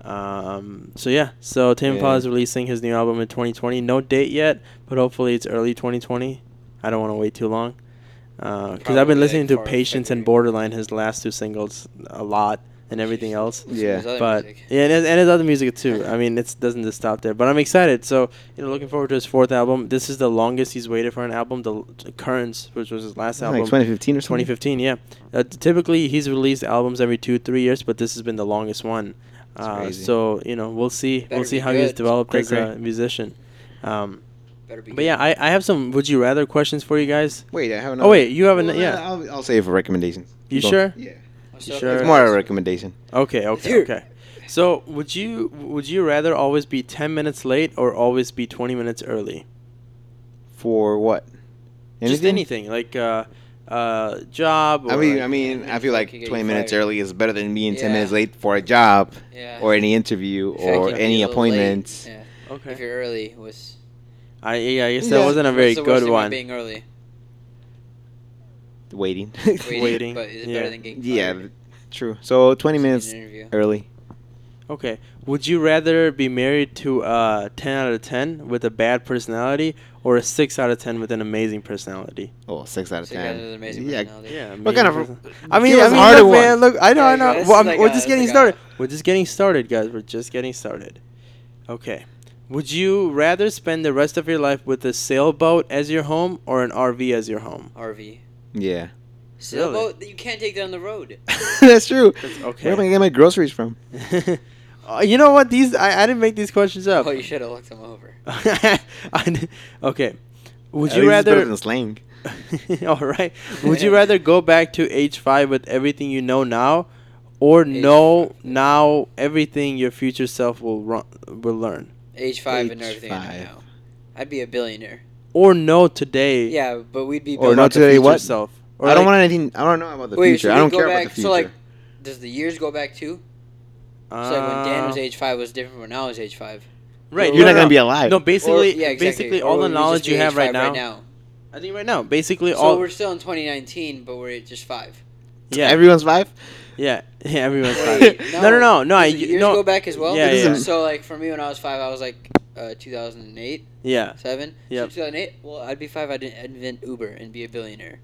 S1: Um, so yeah, so Tame
S2: Yeah.
S1: Impala is releasing his new album in 2020. No date yet, but hopefully it's early 2020. I don't want to wait too long. Because I've
S3: Probably,
S1: been listening
S3: like,
S1: to
S3: far
S1: Patience and
S3: February.
S1: Borderline, his last two singles, a lot, and everything
S3: Jeez.
S1: else
S3: Listen to
S2: Yeah.
S3: his other
S1: but
S3: music.
S1: yeah, and, his- and his other music too. I mean, it doesn't just stop there. But I'm excited. So you know, looking forward to his fourth album. This is the longest he's waited for an album. The the Currents, which was his last
S2: like
S1: album,
S2: 2015 or something.
S1: 2015. Yeah, uh, t- typically he's released albums every two, three years, but this has been the longest one.
S2: That's
S1: Uh,
S2: crazy.
S1: so you know, we'll see.
S3: Better
S1: we'll see
S3: be
S1: how he's
S3: good.
S1: developed
S2: Great,
S1: as a
S2: great.
S1: musician. Um,
S3: Better be
S1: but yeah, I, I have some would you rather questions for you guys.
S2: Wait, I haven't.
S1: Oh wait, you haven't. Yeah,
S2: I'll, I'll save for recommendations.
S1: you
S2: Go.
S1: sure?
S2: Yeah,
S3: I'm
S1: You
S3: so
S1: sure?
S2: it's more a recommendation.
S1: Okay, okay,
S3: Here.
S1: okay. So, would you would you rather always be 10 minutes late or always be 20 minutes early?
S2: For what?
S1: Just anything, like uh uh job or
S2: I mean,
S1: like-
S2: I mean, I feel like
S3: Fucking get
S2: 20
S3: you
S2: minutes
S3: fired.
S2: early is better than being 10
S3: Yeah.
S2: minutes late for a job
S3: Yeah.
S2: or any interview
S3: I feel like
S2: or
S3: you'd be
S2: any
S3: a little late.
S2: appointment.
S3: Yeah. If
S1: okay.
S3: you're early was.
S1: I yeah, I guess
S2: Yeah.
S1: that wasn't a
S3: what's
S1: very
S3: the worst
S1: good
S3: thing about
S1: one.
S3: Being early.
S2: Waiting.
S3: Waiting.
S1: Waiting.
S3: But is it
S1: Yeah.
S3: better than getting
S2: yeah,
S3: fired?
S2: true. So 20
S3: Just in an
S2: minutes
S3: interview.
S2: early.
S1: Okay. Would you rather be married to a 10 out of 10 with a bad personality or a 6 out of 10 with an amazing personality?
S2: Oh, six out of
S3: So you got an
S2: 10.
S3: amazing
S2: Yeah.
S3: personality.
S2: What kind of?
S1: I mean,
S2: Give
S1: I
S2: us a
S1: mean,
S2: harder
S1: look,
S2: one.
S1: man, look, I know, I know.
S3: Yeah, this
S1: Well,
S3: is
S1: I'm-
S3: like
S1: we're
S3: a-
S1: just
S3: this
S1: getting
S3: is like uh, a-
S1: started. We're just getting started, guys. We're just getting started. Okay. Would you rather spend the rest of your life with a sailboat as your home or an RV as your home?
S3: RV.
S2: Yeah,
S3: Sailboat. You can't take that on the road.
S2: that's true. Where am I
S1: Okay.
S2: gonna get my groceries from?
S1: Uh, you know what? These I, I didn't make these questions up.
S3: Oh, you should have looked them over.
S1: I d- okay. Would
S2: At
S1: you
S2: least it's better
S1: rather?
S2: than slang?
S1: All right. Would you rather go back to age five with everything you know now, or know now everything your future self will run, will learn,
S3: Age five and everything I
S2: H5.
S3: know now. I'd be a billionaire.
S1: or know today?
S3: Yeah, but we'd be.
S2: Or
S1: about
S2: know
S1: the
S2: today
S1: future
S2: what?
S1: Self. Or
S2: I don't
S1: like,
S2: want anything. I don't know about the
S3: Wait,
S2: future.
S3: should
S2: I
S3: we
S2: don't
S3: go
S2: care about the
S3: back-
S2: future.
S3: so, like, Does the years go back too? So like when Dan
S1: Uh.
S3: was age five was different from when I was age five.
S1: right.
S2: Ah. You're
S1: no,
S2: not
S1: no,
S2: gonna
S1: no.
S2: be alive.
S1: No,
S3: Or-
S1: basically,
S3: yeah, exactly.
S1: basically
S3: Or
S1: all
S3: would
S1: the
S3: we
S1: knowledge
S3: just
S1: you
S3: be
S1: have
S3: age
S1: right
S3: five
S1: now,
S3: Right now.
S1: I think right now, basically
S3: So
S1: all.
S3: we're still in 2019, but we're just five.
S1: yeah,
S2: Everyone's five.
S1: yeah, yeah. Everyone's fine.
S3: Wait,
S1: no, no, no, no. I,
S3: Does the years
S1: no
S3: go back as well.
S1: Yeah,
S2: It yeah. doesn't-
S3: So like for me, when I was five, I was like uh, 2008,
S1: yeah.
S3: seven.
S1: Yep.
S3: So 2008. Well, I'd be five. I'd invent Uber and be a billionaire,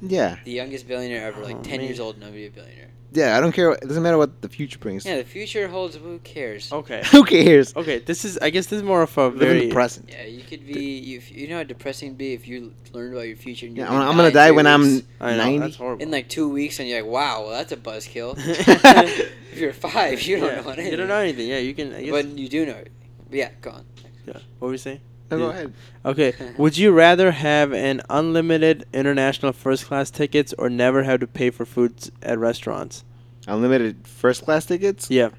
S2: Yeah,
S3: the youngest billionaire ever. Like
S1: Oh,
S3: 10
S1: man.
S3: years old, and I'd be a billionaire.
S2: yeah. I don't care. It doesn't matter what the future brings.
S3: Yeah, the future holds. Who cares?
S1: Okay.
S2: Who cares?
S1: Okay. This is. I guess this is more of a
S2: Live in
S1: Oh, very.
S2: the present.
S3: Yeah, you could be. You, if- you know how depressing it'd be if you learned about your future. And you
S2: Yeah,
S3: could
S2: I'm, I'm gonna
S3: in
S2: die
S3: two
S2: when I'm
S3: weeks-
S1: I know, that's
S2: 90.
S1: horrible.
S3: in like two weeks, and you're like, wow, well, that's a buzzkill.
S1: Yeah.
S3: if you're five, you don't
S1: Yeah,
S3: know anything.
S1: You don't know anything. Yeah, you can. I guess,
S3: But you do know it. But yeah, go on.
S1: yeah. What were you saying?
S2: No, go ahead.
S1: Okay. Would you rather have an unlimited international first class tickets or never have to pay for food at restaurants?
S2: Unlimited first class tickets.
S1: Yeah.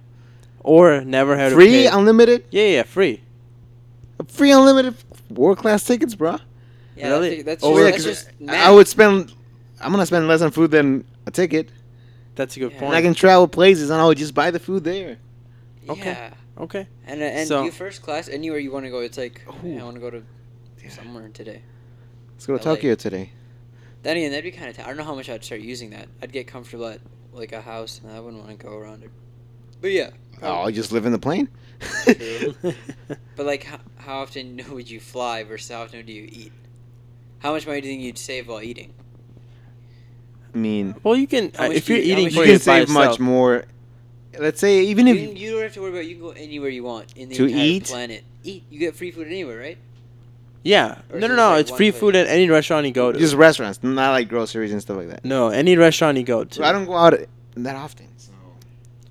S1: Or never have to
S2: Free
S1: pay.
S2: unlimited.
S1: yeah, yeah, free.
S2: Free unlimited world class tickets, bro.
S3: Yeah,
S1: Really?
S3: that's, that's,
S1: Oh,
S3: just,
S1: yeah,
S3: that's
S2: 'cause
S3: just
S2: I
S3: math.
S2: would spend. I'm gonna spend less on food than a ticket.
S1: That's a good
S3: Yeah.
S1: point.
S2: And I can travel places, and I would just buy the food there.
S1: okay.
S3: Yeah.
S1: okay.
S3: And and
S1: So-
S3: you first class anywhere you want to go, it's like
S2: Ooh.
S3: "Man, I want to go to somewhere today.
S2: Let's go to
S3: I like-
S2: Tokyo today.
S3: Then again, that'd be kind of. T- I don't know how much I'd start using that. I'd get comfortable at like a house, and I wouldn't want to go around it. But yeah.
S2: Oh, you just live in the plane.
S3: True. But like, how, how often would you fly versus how often do you eat? How much money do you think you'd save while eating?
S2: I mean,
S1: well, you can
S3: How
S1: uh,
S3: much
S1: if
S3: do
S1: you're
S3: you- how
S1: eating
S3: much
S2: you
S1: for
S3: do
S2: can
S1: your
S2: save much more. Let's say even
S3: You,
S2: if
S3: you don't have to worry about. it. You can go anywhere you want in the
S2: To
S3: entire
S2: eat?
S3: planet. Eat. You get free food anywhere, right?
S1: Yeah.
S3: Or
S1: No,
S3: is
S1: no,
S3: it
S1: no.
S3: like
S1: It's
S3: one
S1: free
S3: place?
S1: food at any restaurant you go to.
S2: just restaurants, not like groceries and stuff like that.
S1: no, any restaurant you go to.
S2: So I don't go out that often. So.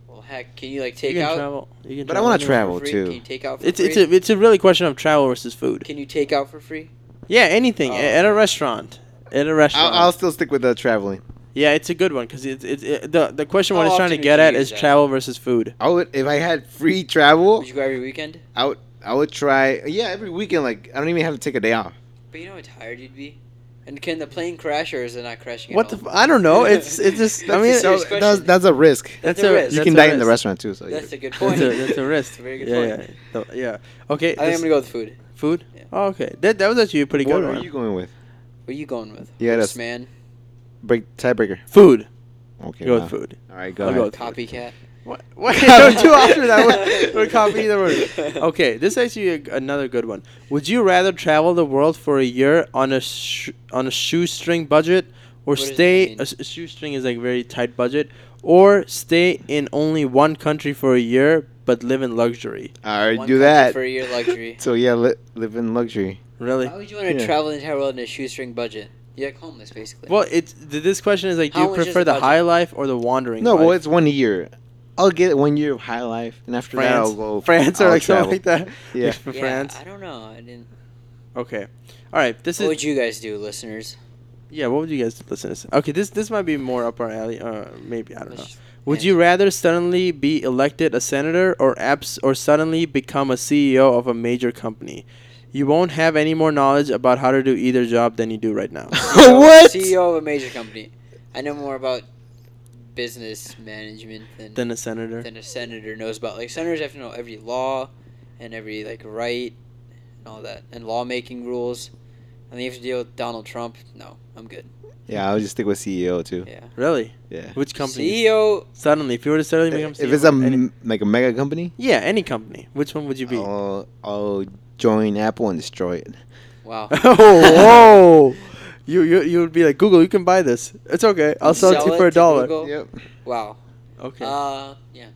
S3: Well, heck, can you like
S1: You
S3: take
S1: can
S3: out?
S1: travel. You can
S2: But I wanna
S1: anywhere.
S2: travel.
S3: for free?
S2: too.
S3: Can you take out? For
S1: It's
S3: free?
S1: it's a it's a really question of travel versus food.
S3: Can you take out for free?
S1: Yeah, anything
S3: Oh,
S1: a- at a restaurant. At a restaurant.
S2: I'll, I'll still stick with the traveling.
S1: yeah, it's a good one because it's, it's it, the the question one
S3: How
S1: is trying to
S3: often
S1: get
S3: do you
S1: at
S3: use
S1: is
S3: that?
S1: travel versus food.
S2: I would if I had free travel,
S3: Would you go every weekend?
S2: I would I would try. Yeah, every weekend. Like I don't even have to take a day off.
S3: But you know how tired you'd be. And can the plane crash or is it not crashing? at
S1: What the
S3: all?
S1: f- I don't know. It's it's just I
S3: That's
S1: mean
S3: a
S2: so
S3: serious question.
S2: that's, that's a risk.
S3: That's
S1: that's
S3: a
S1: a-
S3: risk.
S2: you
S1: that's
S2: can die in the
S1: risk.
S2: restaurant too. So
S3: That's a good point.
S1: That's a, that's a risk.
S3: That's a very good
S1: yeah,
S3: point.
S1: yeah, The- yeah. Okay.
S3: I think
S1: this-
S3: I'm gonna go with food.
S1: food.
S3: Yeah.
S1: Oh, okay. That that was actually a pretty
S2: what
S1: good
S2: are
S1: one.
S2: you going with?
S3: What are you going with?
S2: Yeah,
S3: Horse
S2: that's-
S3: man.
S2: Break tiebreaker.
S1: Food.
S2: Okay.
S1: Go
S2: wow.
S1: with food.
S2: All right, go
S1: I'll
S2: ahead.
S1: go with food.
S3: Copycat.
S1: What? What? Don't do after that one. We're copying the word. Okay, this is actually a, another good one. Would you rather travel the world for a year on a sh- on a shoestring budget, or
S3: What does that
S1: stay?
S3: mean?
S1: A, s- a shoestring is like very tight budget, or stay in only one country for a year but live in luxury.
S2: All right,
S3: One
S2: do
S3: country
S2: that.
S3: for a year luxury.
S2: So yeah, li- live in luxury.
S1: Really?
S3: Why would you want to
S2: Yeah.
S3: travel the entire world in a shoestring budget? You're like homeless, basically.
S1: Well, it's th- this question is like, do
S3: How
S1: you
S3: much is
S1: prefer
S3: the
S1: the
S3: budget?
S1: high life or the wandering?
S2: No,
S1: life?
S2: well, it's one year. I'll get one year of high life, and after that,
S1: France,
S2: I'll go
S1: France, or
S2: I'll
S1: like
S2: travel.
S1: something like that.
S2: Yeah.
S1: for
S3: yeah,
S1: France.
S3: I don't know. I didn't.
S1: Okay, all right. This
S3: What
S1: is
S3: would you guys do, listeners?
S1: Yeah, what would you guys listen to? Okay, this this might be more up our alley. Uh, maybe I don't
S3: Let's
S1: know.
S3: just-
S1: Would
S3: yeah.
S1: you rather suddenly be elected a senator or abs or suddenly become a CEO of a major company? You won't have any more knowledge about how to do either job than you do right now.
S3: CEO
S2: what?
S1: E
S3: CEO E of a major company. I know more about business management than
S1: Than a senator.
S3: than a senator knows about. Like senators have to know every law and every like right and all that and lawmaking rules. And they have to deal with Donald Trump. No, I'm good.
S2: Yeah, I'll just stick with CEO too.
S3: Yeah.
S1: Really?
S2: Yeah.
S1: Which
S3: E
S1: company?
S3: CEO
S1: Suddenly, if you were to suddenly become E
S2: If
S1: CEO,
S2: it's a
S1: of any-
S2: m- like a mega company,
S1: yeah, any company, which one would you be? Oh,
S2: I'll, I'll join Apple and destroy it.
S3: Wow.
S1: Oh, whoa. You, you you would be like Google. You can buy this. It's okay. I'll sell, it to you for a dollar.
S3: Google? Wow.
S1: Okay.
S3: Uh yeah.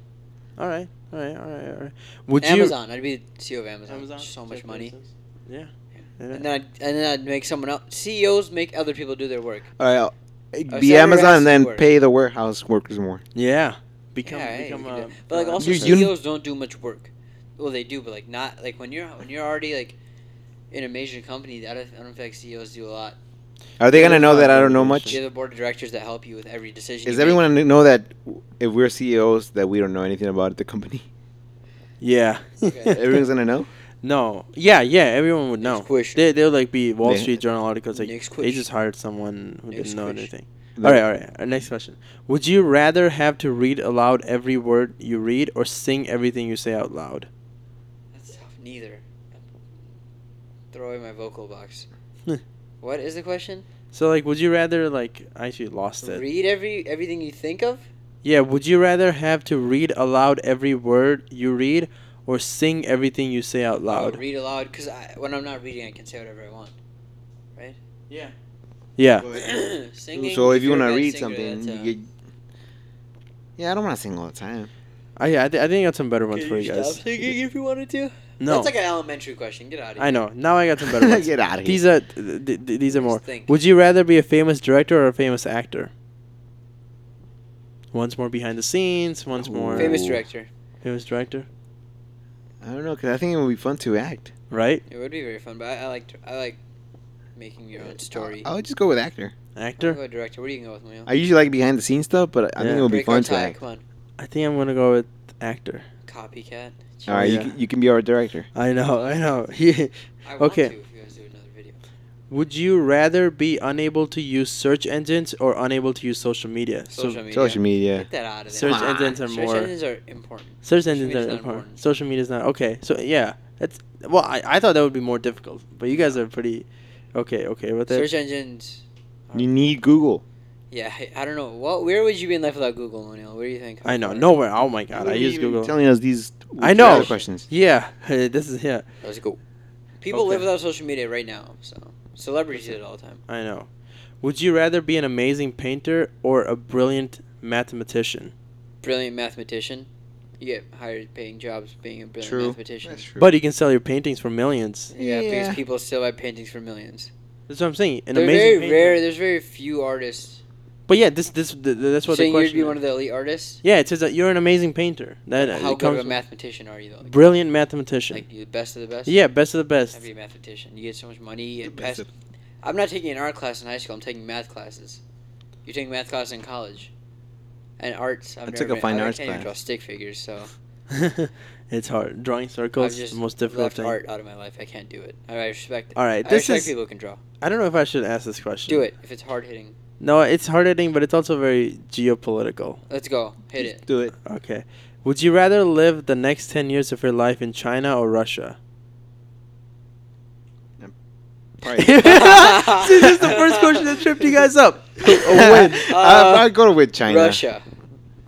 S1: all right. All right. All right. All right. Would you?
S3: Amazon. I'd be the CEO of Amazon. So much money.
S1: Yeah.
S3: And then I'd, and then I'd make someone else. CEOs make other people do their work.
S2: All right. I'll-
S3: A
S2: be
S3: senator
S2: Amazon
S3: has
S2: and
S3: to
S2: then
S3: work.
S2: pay the warehouse workers more.
S1: Yeah. Become
S3: Yeah, hey,
S1: become
S3: we can
S1: a.
S3: do- But like
S1: uh,
S3: also
S2: You- you-
S3: CEOs don't do much work. Well, they do, but like not like when you're when you're already like in a major company. I don't, I don't feel like CEOs do a lot.
S2: Are they gonna know that I don't know
S3: You
S2: much?
S3: have the board of directors that help you with every decision. you
S2: Is
S3: make.
S2: everyone gonna know that if we're CEOs that we don't know anything about the company?
S1: yeah.
S2: Everyone's gonna know.
S1: no. Yeah. Yeah. Everyone would know.
S3: Next question.
S1: They they'll like be Wall
S2: Yeah.
S1: Street Journal articles like
S3: Next
S1: they
S3: question.
S1: just hired someone who
S3: Next
S1: didn't know
S3: question.
S1: anything.
S2: The-
S1: All right. All right. Our next question. Would you rather have to read aloud every word you read or sing everything you say out loud?
S3: That's tough. Neither. Throw away my vocal box. what is the question?
S1: So like, would you rather like I actually lost it?
S3: Read every everything you think of.
S1: Yeah, would you rather have to read aloud every word you read or sing everything you say out
S3: Oh,
S1: loud?
S3: read aloud because when I'm not reading, I can say whatever I want.
S1: yeah.
S3: Singing.
S2: so if you
S3: you're a
S2: wanna
S3: bad
S2: read
S3: singer,
S2: something,
S3: that's, uh,
S2: you get. Yeah, I don't wanna sing all the time.
S1: I I, thi- I think I got some better ones
S3: can
S1: for
S3: you
S1: you
S3: stop
S1: guys.
S3: singing if you wanted to.
S1: No.
S3: That's like an elementary question. Get out of here.
S1: I know. Now I got some better ones.
S2: Get out of here.
S1: These are th- th- th- these are more.
S3: Just think.
S1: Would you rather be a famous director or a famous actor? Once more behind the scenes, once more
S3: Famous
S2: Ooh.
S3: director.
S1: famous director,
S2: I don't know, cause I think it would be fun to act.
S1: right?
S3: It would be very fun, but I, I like I like making your own story.
S1: Uh,
S2: I would just go with actor.
S3: I'll
S1: Actor.
S3: go director. What are you gonna go with, Mayo?
S2: I usually like behind the scenes stuff, but
S1: Yeah.
S2: I think it would be
S3: Break our
S2: fun to
S3: tie.
S2: act.
S3: Come on,
S1: I think I'm gonna go with actor.
S3: copycat.
S2: All
S1: Yeah.
S2: right, you, can, you can be our director.
S3: Oh,
S1: I know. I know.
S3: I want
S1: Okay.
S3: to if you guys do another video.
S1: Would you rather be unable to use search engines or unable to use social media?
S3: Social
S1: so
S3: media.
S2: Social media.
S3: Get that out of there.
S1: Search
S3: Come on.
S1: engines are
S3: Search
S1: more-
S3: engines are important.
S1: search
S3: Social
S1: engines
S3: media's
S1: are
S3: not
S1: important.
S3: important.
S1: Social media is not okay. So yeah, that's well. I, I thought that would be more difficult, but you guys are pretty okay. Okay with that.
S3: Search engines.
S2: You need Google.
S3: Yeah, I- I don't know. What? Where would you be in life without Google, O'Neill? What do you think?
S1: I know nowhere. Oh my god,
S2: Why
S1: I
S2: are you
S1: use
S2: even
S1: Google.
S2: Telling us these.
S1: I know.
S2: other questions.
S1: Yeah, this is yeah.
S3: Let's go. People
S1: Okay.
S3: live without social media right now, so celebrities do it all the time.
S1: I know. Would you rather be an amazing painter or a brilliant mathematician?
S3: Brilliant mathematician. You get higher paying jobs being a brilliant
S2: True.
S3: mathematician.
S2: That's true.
S1: But you can sell your paintings for millions.
S3: Yeah,
S2: Yeah.
S3: because people still buy paintings for millions.
S1: That's what I'm saying. An
S3: They're
S1: amazing
S3: very
S1: painter.
S3: rare. There's very few artists.
S1: But yeah, this this th- th- that's
S3: So
S1: what the
S3: saying
S1: question.
S3: you'd be one
S1: is.
S3: of the elite artists.
S1: yeah, it says that you're an amazing painter. That uh,
S3: How
S1: it
S3: good
S1: comes
S3: of a
S1: from-
S3: mathematician are you though? Like,
S1: brilliant mathematician.
S3: like you the best of the best.
S1: yeah, best of the best.
S3: I'd be a mathematician. You get so much money. You
S2: The
S3: get
S2: best
S3: past- I'm not taking an art class in high school. I'm taking math classes. You're taking math classes in college, and arts. I've
S2: I
S3: never
S2: took a
S3: been-
S2: fine
S3: I
S2: arts
S3: can't even
S2: class.
S3: draw stick figures, so
S1: it's hard. Drawing
S3: I've
S1: circles is
S3: just
S1: the most difficult
S3: left
S1: thing.
S3: art out of my life. I can't do it. I respect.
S1: All right,
S3: I
S1: this
S3: respect
S1: is-
S3: people who can draw.
S1: I don't know if I should ask this question.
S3: Do it if it's hard hitting.
S1: No, it's hard hitting, but it's also very geopolitical.
S3: Let's go. Hit it.
S2: Do it.
S1: Okay. Would you rather live the next 10 years of your life in China or Russia? See,
S2: Probably-
S1: this is the first question that tripped you guys up.
S2: A win.
S3: Uh,
S2: Oh, I, I go with China.
S3: Russia.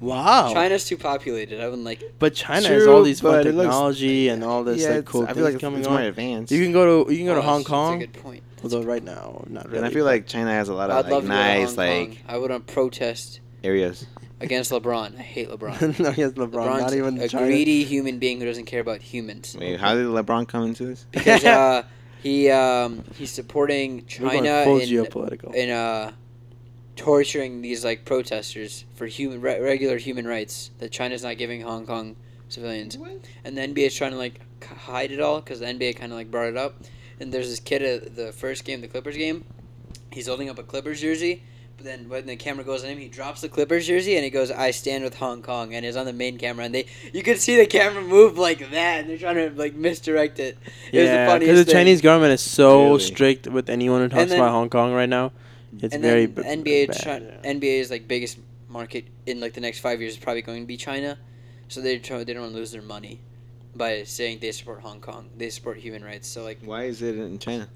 S1: Wow.
S3: China's too populated. I wouldn't like.
S1: but China has all
S2: True,
S1: these fun
S2: but it looks-
S1: technology and all this
S2: yeah,
S1: like,
S2: it's-
S1: cool
S2: I
S1: things
S2: feel like it's,
S1: coming
S2: it's
S1: on.
S2: more advanced.
S1: You can go to you can go
S3: Oh,
S1: to Hong
S3: that's-
S1: Kong,
S3: That's a good point.
S1: although right now not really.
S2: and I feel like China has a lot of
S3: I'd
S2: like,
S3: love to go to
S2: nice
S3: Hong Kong.
S2: like
S3: I wouldn't protest
S2: areas.
S3: against LeBron. I hate LeBron.
S1: no, yes, LeBron,
S3: LeBron's
S1: not even
S3: a
S1: China.
S3: uh, greedy human being who doesn't care about humans.
S2: Wait, how did LeBron come into this?
S3: because uh, he um, he's supporting
S1: We're going
S3: China
S1: full
S3: in,
S1: geopolitical.
S3: in uh, torturing these like protesters for human re- regular human rights that China's not giving Hong Kong civilians, and the NBA is trying to like c- hide it all because the NBA kind of like brought it up. And there's this kid at the first game, the Clippers game. He's holding up a Clippers jersey, but then when the camera goes on him, he drops the Clippers jersey and he goes, "I stand with Hong Kong," and is on the main camera. And they, you could see the camera move like that, and they're trying to like misdirect it. It was the
S1: yeah,
S3: funniest
S1: because the
S3: thing.
S1: Chinese government is so
S2: Really.
S1: strict with anyone who talks
S3: then-
S1: about Hong Kong right now. It's
S3: and
S1: very
S3: then
S1: b-
S3: NBA
S1: bad.
S3: Chi- NBA's like biggest market in like the next five years is probably going to be China, so they try- they don't want to lose their money by saying they support Hong Kong, they support human rights. So like,
S2: Why is it in China?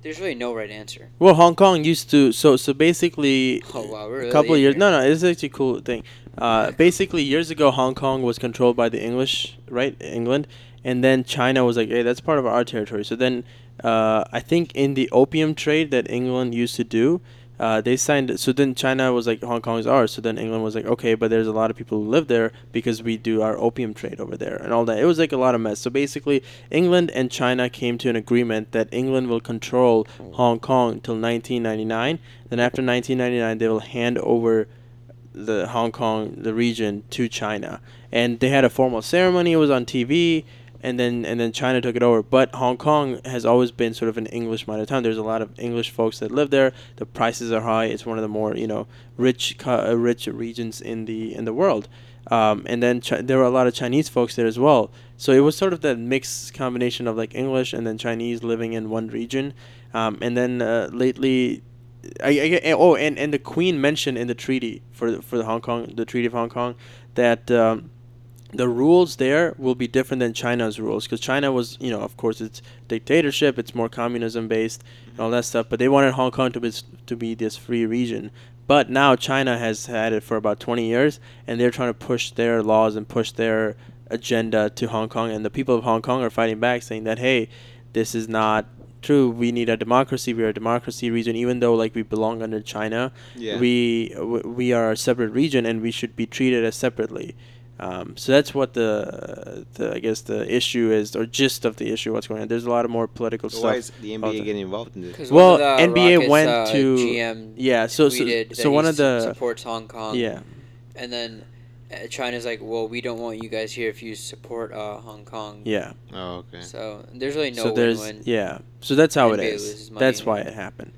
S3: there's really no right answer.
S1: Well, Hong Kong used to so so basically
S3: Oh wow, we're really
S1: a couple
S3: in
S1: years.
S3: here.
S1: No, no, it's actually a cool thing. Uh, basically, years ago, Hong Kong was controlled by the English, right? England, and then China was like, "Hey, that's part of our territory." So then, uh, I think in the opium trade that England used to do, uh, they signed. So then China was like, "Hong Kong's ours." So then England was like, "Okay, but there's a lot of people who live there because we do our opium trade over there and all that." It was like a lot of mess. So basically, England and China came to an agreement that England will control
S3: Hmm.
S1: Hong Kong till 1999. Then after 1999, they will hand over the Hong Kong, the region, to China. And they had a formal ceremony. It was on TV, and then and then China took it over. But Hong Kong has always been sort of an English-minded town. There's a lot of English folks that live there. The prices are high. It's one of the more you know rich co- uh, rich regions in the in the world. Um, and then chi- there were a lot of Chinese folks there as well. So it was sort of that mixed combination of like English and then Chinese living in one region. Um, and then uh, lately I, I, I- oh, and, and the Queen mentioned in the treaty for the- for the Hong Kong, the Treaty of Hong Kong, that um, the rules there will be different than China's rules because China was, you know, of course, it's dictatorship, it's more communism based and all that stuff. But they wanted Hong Kong to be s- to be this free region. But now China has had it for about 20 years, and they're trying to push their laws and push their agenda to Hong Kong, and the people of Hong Kong are fighting back, saying that hey, this is not true. We need a democracy. We are a democracy region, even though like we belong under China.
S2: Yeah.
S1: We w- we are a separate region, and we should be treated as separately. Um, so that's what the, the I guess the issue is, or gist of the issue. What's going on? There's a lot of more political
S2: So
S1: stuff.
S2: why is the
S1: about
S2: NBA
S1: that.
S2: getting involved in this?
S3: 'Cause one of
S1: Well,
S3: the
S1: NBA
S3: Rockets,
S1: went
S3: uh,
S1: to-
S3: GM
S1: yeah. So so,
S3: tweeted
S1: so
S3: that
S1: one
S3: he
S1: of the
S3: supports Hong Kong.
S1: yeah
S3: and then uh, China's like, well, we don't want you guys here if you support uh, Hong Kong.
S1: yeah.
S2: Oh, okay.
S3: So there's really no
S1: so there's
S3: win-win.
S1: yeah. So that's how
S3: NBA
S1: it is.
S3: loses money.
S1: That's why it happened.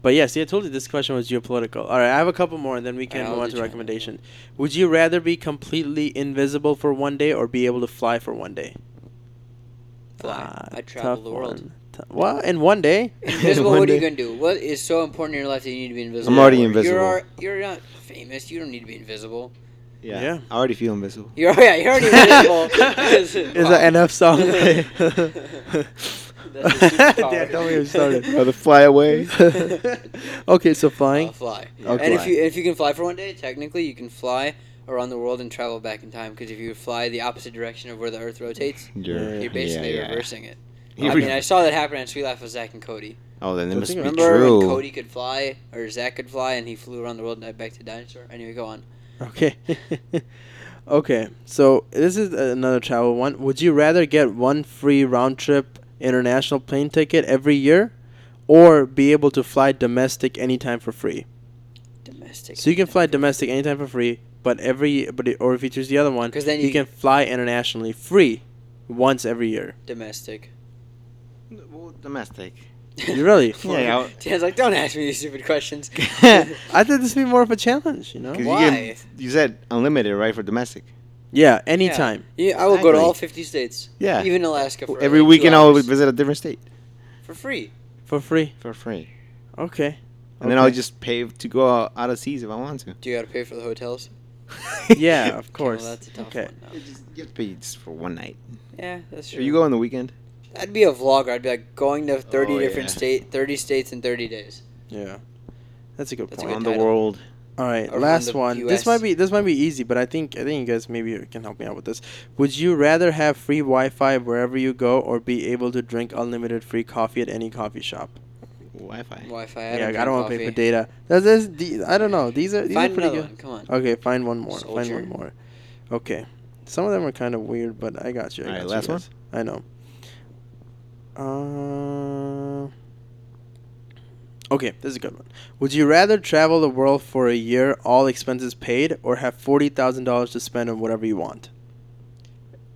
S1: But yeah, see, I told you this question was geopolitical. All right, I have a couple more, and then we can
S3: I'll
S1: move
S3: do
S1: on to
S3: China,
S1: recommendation. Would you rather be completely invisible for one day or be able to fly for one day?
S3: Fly.
S1: Ah,
S3: I travel
S1: tough
S3: the world.
S1: one. Tou- Well, in one day.
S3: Invisible.
S2: One
S3: what are you
S2: day.
S3: gonna do? What is so important in your life that you need to be invisible?
S2: already
S3: for?
S2: invisible.
S3: You're al- you're not famous. You don't need to be invisible.
S2: Yeah.
S1: Yeah.
S2: I already feel invisible.
S3: You're yeah. You're already invisible.
S1: It's an NF song.
S3: That's a superpower.
S1: Dad, don't get me started.
S2: Or the fly away.
S1: okay, so
S3: Uh,
S1: flying.
S3: fly.
S2: Yeah,
S3: And if
S2: fly.
S3: you if you can fly for one day, technically you can fly around the world and travel back in time because if you fly the opposite direction of where the Earth rotates,
S1: Yeah.
S3: you're basically
S2: yeah.
S3: reversing it.
S2: You
S3: I
S2: re-
S3: mean, I saw that happen on Sweet Life of Zach and Cody.
S2: oh, then it
S1: Don't
S2: must
S1: think
S2: be
S3: Remember
S2: true.
S3: when Cody could fly or Zach could fly and he flew around the world and back to dinosaur? Anyway, go on.
S1: Okay. okay. So this is another travel one. Would you rather get one free round trip international plane ticket every year, or be able to fly domestic anytime for free?
S3: Domestic.
S1: So you can fly domestic anytime for free, but every but it, or if you choose the other one,
S3: 'Cause then
S1: you,
S3: you-
S1: can fly internationally free once every year.
S3: domestic.
S2: Well, domestic.
S1: You really?
S2: Yeah, yeah, I'll-
S3: Dan's like, don't ask me these stupid questions.
S1: I thought this would be more of a challenge, you know?
S2: 'Cause You,
S3: Why?
S2: get- you said unlimited, right, for domestic?
S1: Yeah, anytime.
S3: Yeah, I will go to
S2: Exactly.
S3: all 50 states.
S2: Yeah.
S3: Even Alaska. For
S2: Every
S3: like two
S2: weekend, I'll
S3: hours.
S2: visit a different state
S3: for free.
S1: For free.
S2: for free,
S1: Okay.
S2: and then I'll
S1: Okay.
S2: just pay to go out out of seas if I want to.
S3: Do you gotta pay for the hotels?
S1: Yeah, of
S3: Okay, well,
S1: course.
S3: that's a tough
S1: okay.
S3: one.
S2: You
S3: No.
S2: just- you have to pay just for one night.
S3: Yeah, that's true.
S2: Or you go on the weekend.
S3: I'd be a vlogger. I'd be like going to 30
S2: Oh,
S3: different
S2: yeah.
S3: state, 30 states in 30 days.
S1: Yeah. That's a good
S3: That's a
S1: point.
S2: Around
S3: good
S2: the
S3: title.
S2: world.
S1: All right,
S3: Around
S1: last
S3: the
S1: one. This might
S3: US.
S1: be this might be easy, but I think I think you guys maybe can help me out with this. Would you rather have free Wi-Fi wherever you go, or be able to drink unlimited free coffee at any coffee shop?
S2: Wi-Fi.
S3: Wi-Fi.
S1: yeah, I
S3: drink
S1: don't want to pay
S3: coffee.
S1: for data. That's, that's the, I don't know. These are these
S3: Find
S1: are pretty
S3: another
S1: good.
S3: one. Come on.
S1: Okay, find one more. Find
S3: Soldier.
S1: one more. Okay, some of them are kind of weird, but I got you. I
S2: All right,
S1: got you
S2: last one?
S1: guys. I know. Uh, okay, this is a good one. Would you rather travel the world for a year, all expenses paid, or have forty thousand dollars to spend on whatever you want?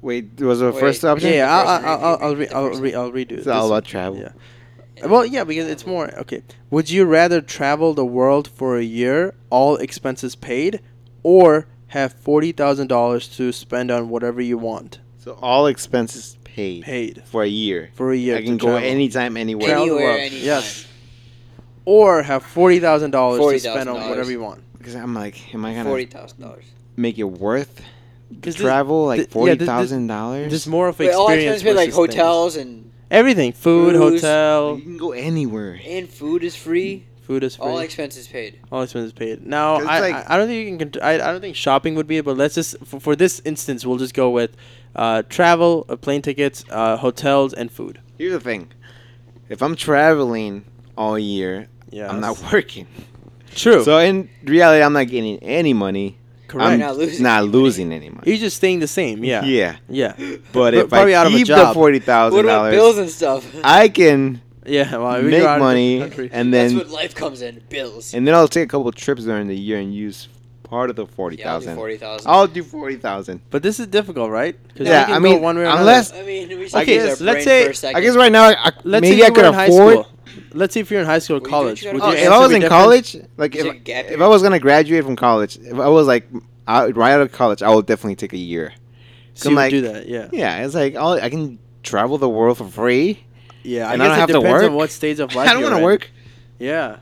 S2: Wait, was the
S3: Wait,
S2: first option?
S1: Yeah,
S3: the
S1: yeah, I'll
S3: first
S1: I'll
S3: one,
S1: I'll,
S3: repeat-
S1: I'll, re-
S3: repeat the
S1: I'll,
S3: first
S1: re- I'll redo
S2: It's
S1: this
S2: all
S1: one.
S2: about travel.
S1: Yeah. Well, yeah, because it's more okay. Would you rather travel the world for a year, all expenses paid, or have forty thousand dollars to spend on whatever you want,
S2: So all expenses paid
S1: paid
S2: for a year.
S1: for a year?
S2: I
S1: to
S2: can go
S1: travel?
S2: anytime, anywhere.
S1: Travel the
S3: Anywhere,
S1: world.
S3: anytime.
S1: Yes. Or have forty thousand dollars to spend on
S3: $40,000.
S1: whatever you want.
S2: Because I'm like, am I gonna
S3: Forty thousand dollars.
S2: make it worth the
S1: 'Cause this-
S2: travel?
S1: thi-
S2: Like
S1: yeah, thi-
S2: forty
S1: thi-
S2: thousand dollars.
S1: There's more of an
S3: Wait, all I
S1: experience.
S3: spend is like
S1: versus things.
S3: hotels and
S1: Everything, food,
S3: Cruise.
S1: hotel,
S2: You can go anywhere.
S3: and food is free.
S1: food is free.
S3: All
S1: All,
S3: expenses paid.
S1: expenses paid. Now,
S2: 'Cause it's
S1: I,
S2: like-
S1: I I don't think you can. cont- I, I don't think shopping would be it. But let's just for, for this instance, we'll just go with uh, travel, uh, plane tickets, uh, hotels, and food.
S2: Here's the thing: if I'm traveling all year,
S1: Yeah,
S2: I'm
S1: that's
S2: not working.
S1: true.
S2: So in reality, I'm not getting any money.
S1: Correct.
S2: I'm
S3: Not losing
S2: not
S3: any money.
S2: losing any money.
S1: He's just staying the same. Yeah. Yeah.
S2: Yeah,
S1: Yeah.
S2: but
S1: Pro-
S2: if
S1: probably
S2: I
S1: out of a
S2: keep the
S1: job.
S2: forty thousand
S3: What about
S2: dollars,
S3: bills and stuff?
S2: I can
S1: well, we
S2: make
S1: go out of the
S2: money,
S1: country.
S2: and
S3: That's
S2: then
S3: what life comes in. Bills.
S2: and then I'll take a couple trips during the year and use part of the forty
S3: Yeah, I'll do
S2: thousand.
S3: forty thousand.
S2: I'll do forty thousand.
S1: But this is difficult, right? 'Cause
S2: Yeah,
S1: we can
S2: I
S1: go
S2: mean,
S1: one way or
S2: unless-
S1: another.
S3: I mean, we should
S1: Okay,
S3: use our
S1: so let's
S3: brain
S1: say-
S3: for a second.
S2: I guess right now, I, I-
S1: Let's
S2: maybe
S1: say
S2: I
S1: you were
S2: could
S1: in high
S2: afford.
S1: school. Let's see if you're in high school or
S3: Would you
S1: college.
S3: choose-
S1: Would
S2: Oh,
S1: your
S2: if
S1: answer
S2: I was
S1: be
S2: in
S1: different?
S2: college, like
S3: Is
S2: if,
S3: it gap
S2: if
S3: year?
S2: I was gonna graduate from college, if I was like out, right out of college, I would definitely take a year.
S1: so you
S2: I'm like-
S1: would do that. Yeah,
S2: Yeah, it's like all I can travel the world for free.
S1: yeah. I
S2: And I
S1: guess
S2: don't
S1: it
S2: have to
S1: depends on
S2: work.
S1: what stage of life.
S2: I don't
S1: you're
S2: want
S1: in.
S2: to work.
S1: Yeah,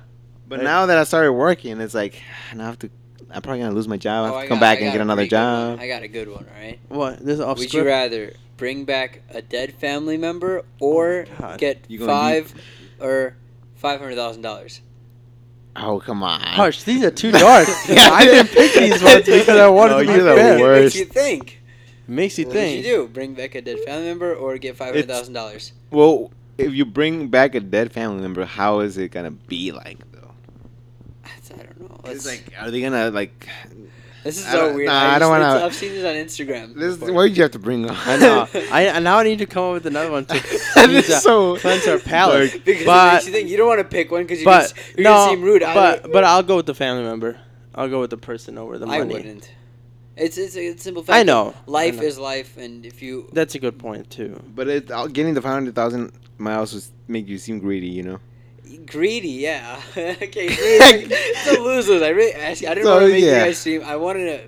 S2: But
S1: Right.
S2: now that I started working, it's like now I have to. I'm probably gonna lose my job. I have
S3: Oh,
S2: to
S3: I
S2: come
S3: got- I
S2: back and
S3: got
S2: get
S3: a
S2: another
S3: pretty good one.
S2: job.
S3: I got a good one, all right?
S1: what? This is off
S3: Would
S1: script.
S3: you rather bring back a dead family member or
S1: Oh my God.
S3: get
S2: You gonna
S3: five or five hundred thousand dollars?
S2: Oh come on.
S1: Harsh. These are too dark. I didn't pick these ones because I wanted
S2: No,
S1: to be
S2: you're the
S1: fair.
S2: worst.
S3: Makes you think.
S1: Makes you
S3: What would you
S1: think.
S3: do? Bring back a dead family member or get five hundred thousand dollars?
S2: Well, if you bring back a dead family member, how is it gonna be like though?
S3: I don't know.
S2: It's
S3: It's
S2: like, are they gonna like?
S3: this is
S2: I
S3: so
S2: don't-
S3: weird.
S2: nah,
S3: I,
S2: I
S3: just-
S2: don't wanna-
S3: it's- I've seen this on Instagram.
S2: This is
S3: before.
S2: where you have to bring up.
S1: I know. I, I now need to come up with another one too.
S2: This is so
S1: cleanse our palate.
S2: dark.
S3: because
S1: But-
S3: it makes you think you don't want to pick one because you're,
S1: But
S3: gonna s- you're
S1: no,
S3: gonna seem rude. I
S1: but
S3: don't-
S1: but I'll go with the family member. I'll go with the person over the
S3: I
S1: money.
S3: wouldn't. It's it's a it's a simple fact.
S1: I
S3: that
S1: know.
S3: Life
S1: I know.
S3: is life, and if you
S1: That's a good point too.
S2: But it, uh, getting the five hundred thousand might also s- make you seem greedy, you know.
S3: Greedy, yeah. okay, greedy. it's a losers. I really, actually, I didn't
S2: So,
S3: want to make
S2: yeah.
S3: you guys seem. I wanted to.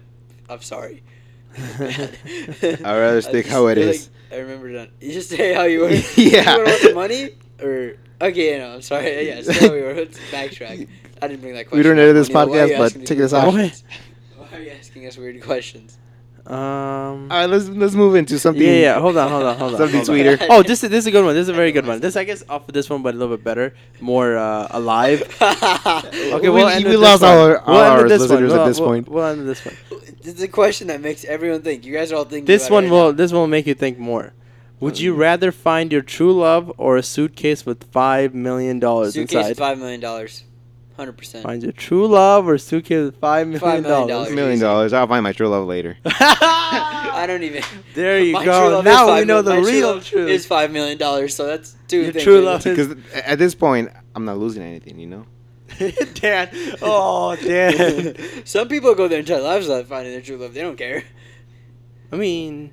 S3: I'm sorry.
S2: I'd rather stick how it
S3: it is.
S2: is.
S3: I remember that. You just say how you were.
S2: Yeah.
S3: You wanna want the money or okay? No, I'm sorry. Yeah, say how we were. Let's backtrack. I didn't bring that question.
S2: We don't
S3: up.
S2: edit this
S3: Why are you
S2: podcast, but
S3: asking these
S2: check this
S3: weird
S2: out.
S1: Okay.
S3: questions? Why are you asking us weird questions?
S1: Um.
S2: All right, let's let's move into something.
S1: Yeah, yeah. Hold on, hold on, hold on.
S2: Something
S1: hold on.
S2: sweeter.
S1: Oh, this is this is a good one. This is a very good one. This I guess off of this one, but a little bit better, more uh, alive. Okay,
S2: We-
S1: we'll end
S2: we
S1: with
S2: lost
S1: this one.
S2: all our- all
S1: we'll end
S2: our
S1: with this one.
S2: listeners at
S1: We'll-
S2: this
S1: we'll-
S2: point.
S1: We'll end with this one.
S3: This is a question that makes everyone think. You guys are all thinking.
S1: This
S3: about it
S1: one
S3: right
S1: will this one will make you think more. Would you
S2: Mm.
S1: rather find your true love or a suitcase with five million
S3: now.
S1: dollars
S3: Suitcase
S1: inside?
S3: five million dollars, hundred percent.
S1: Find your true love or suitcase with five million
S3: Five million
S2: A
S1: dollars.
S2: million dollars. I'll find my true love later.
S3: I don't even.
S1: there you
S3: My true
S1: go.
S3: love is
S1: Now we
S3: five
S1: know
S3: mil-
S1: the
S3: my
S1: real
S3: love
S1: truth.
S3: Is five million dollars, so that's two
S1: Your
S3: things.
S1: true
S3: right
S1: love
S3: there.
S2: Because at this point, I'm not losing anything. You know.
S1: Dan. Oh, Dan.
S3: Some people go their entire lives without finding their true love. They don't care.
S1: I mean,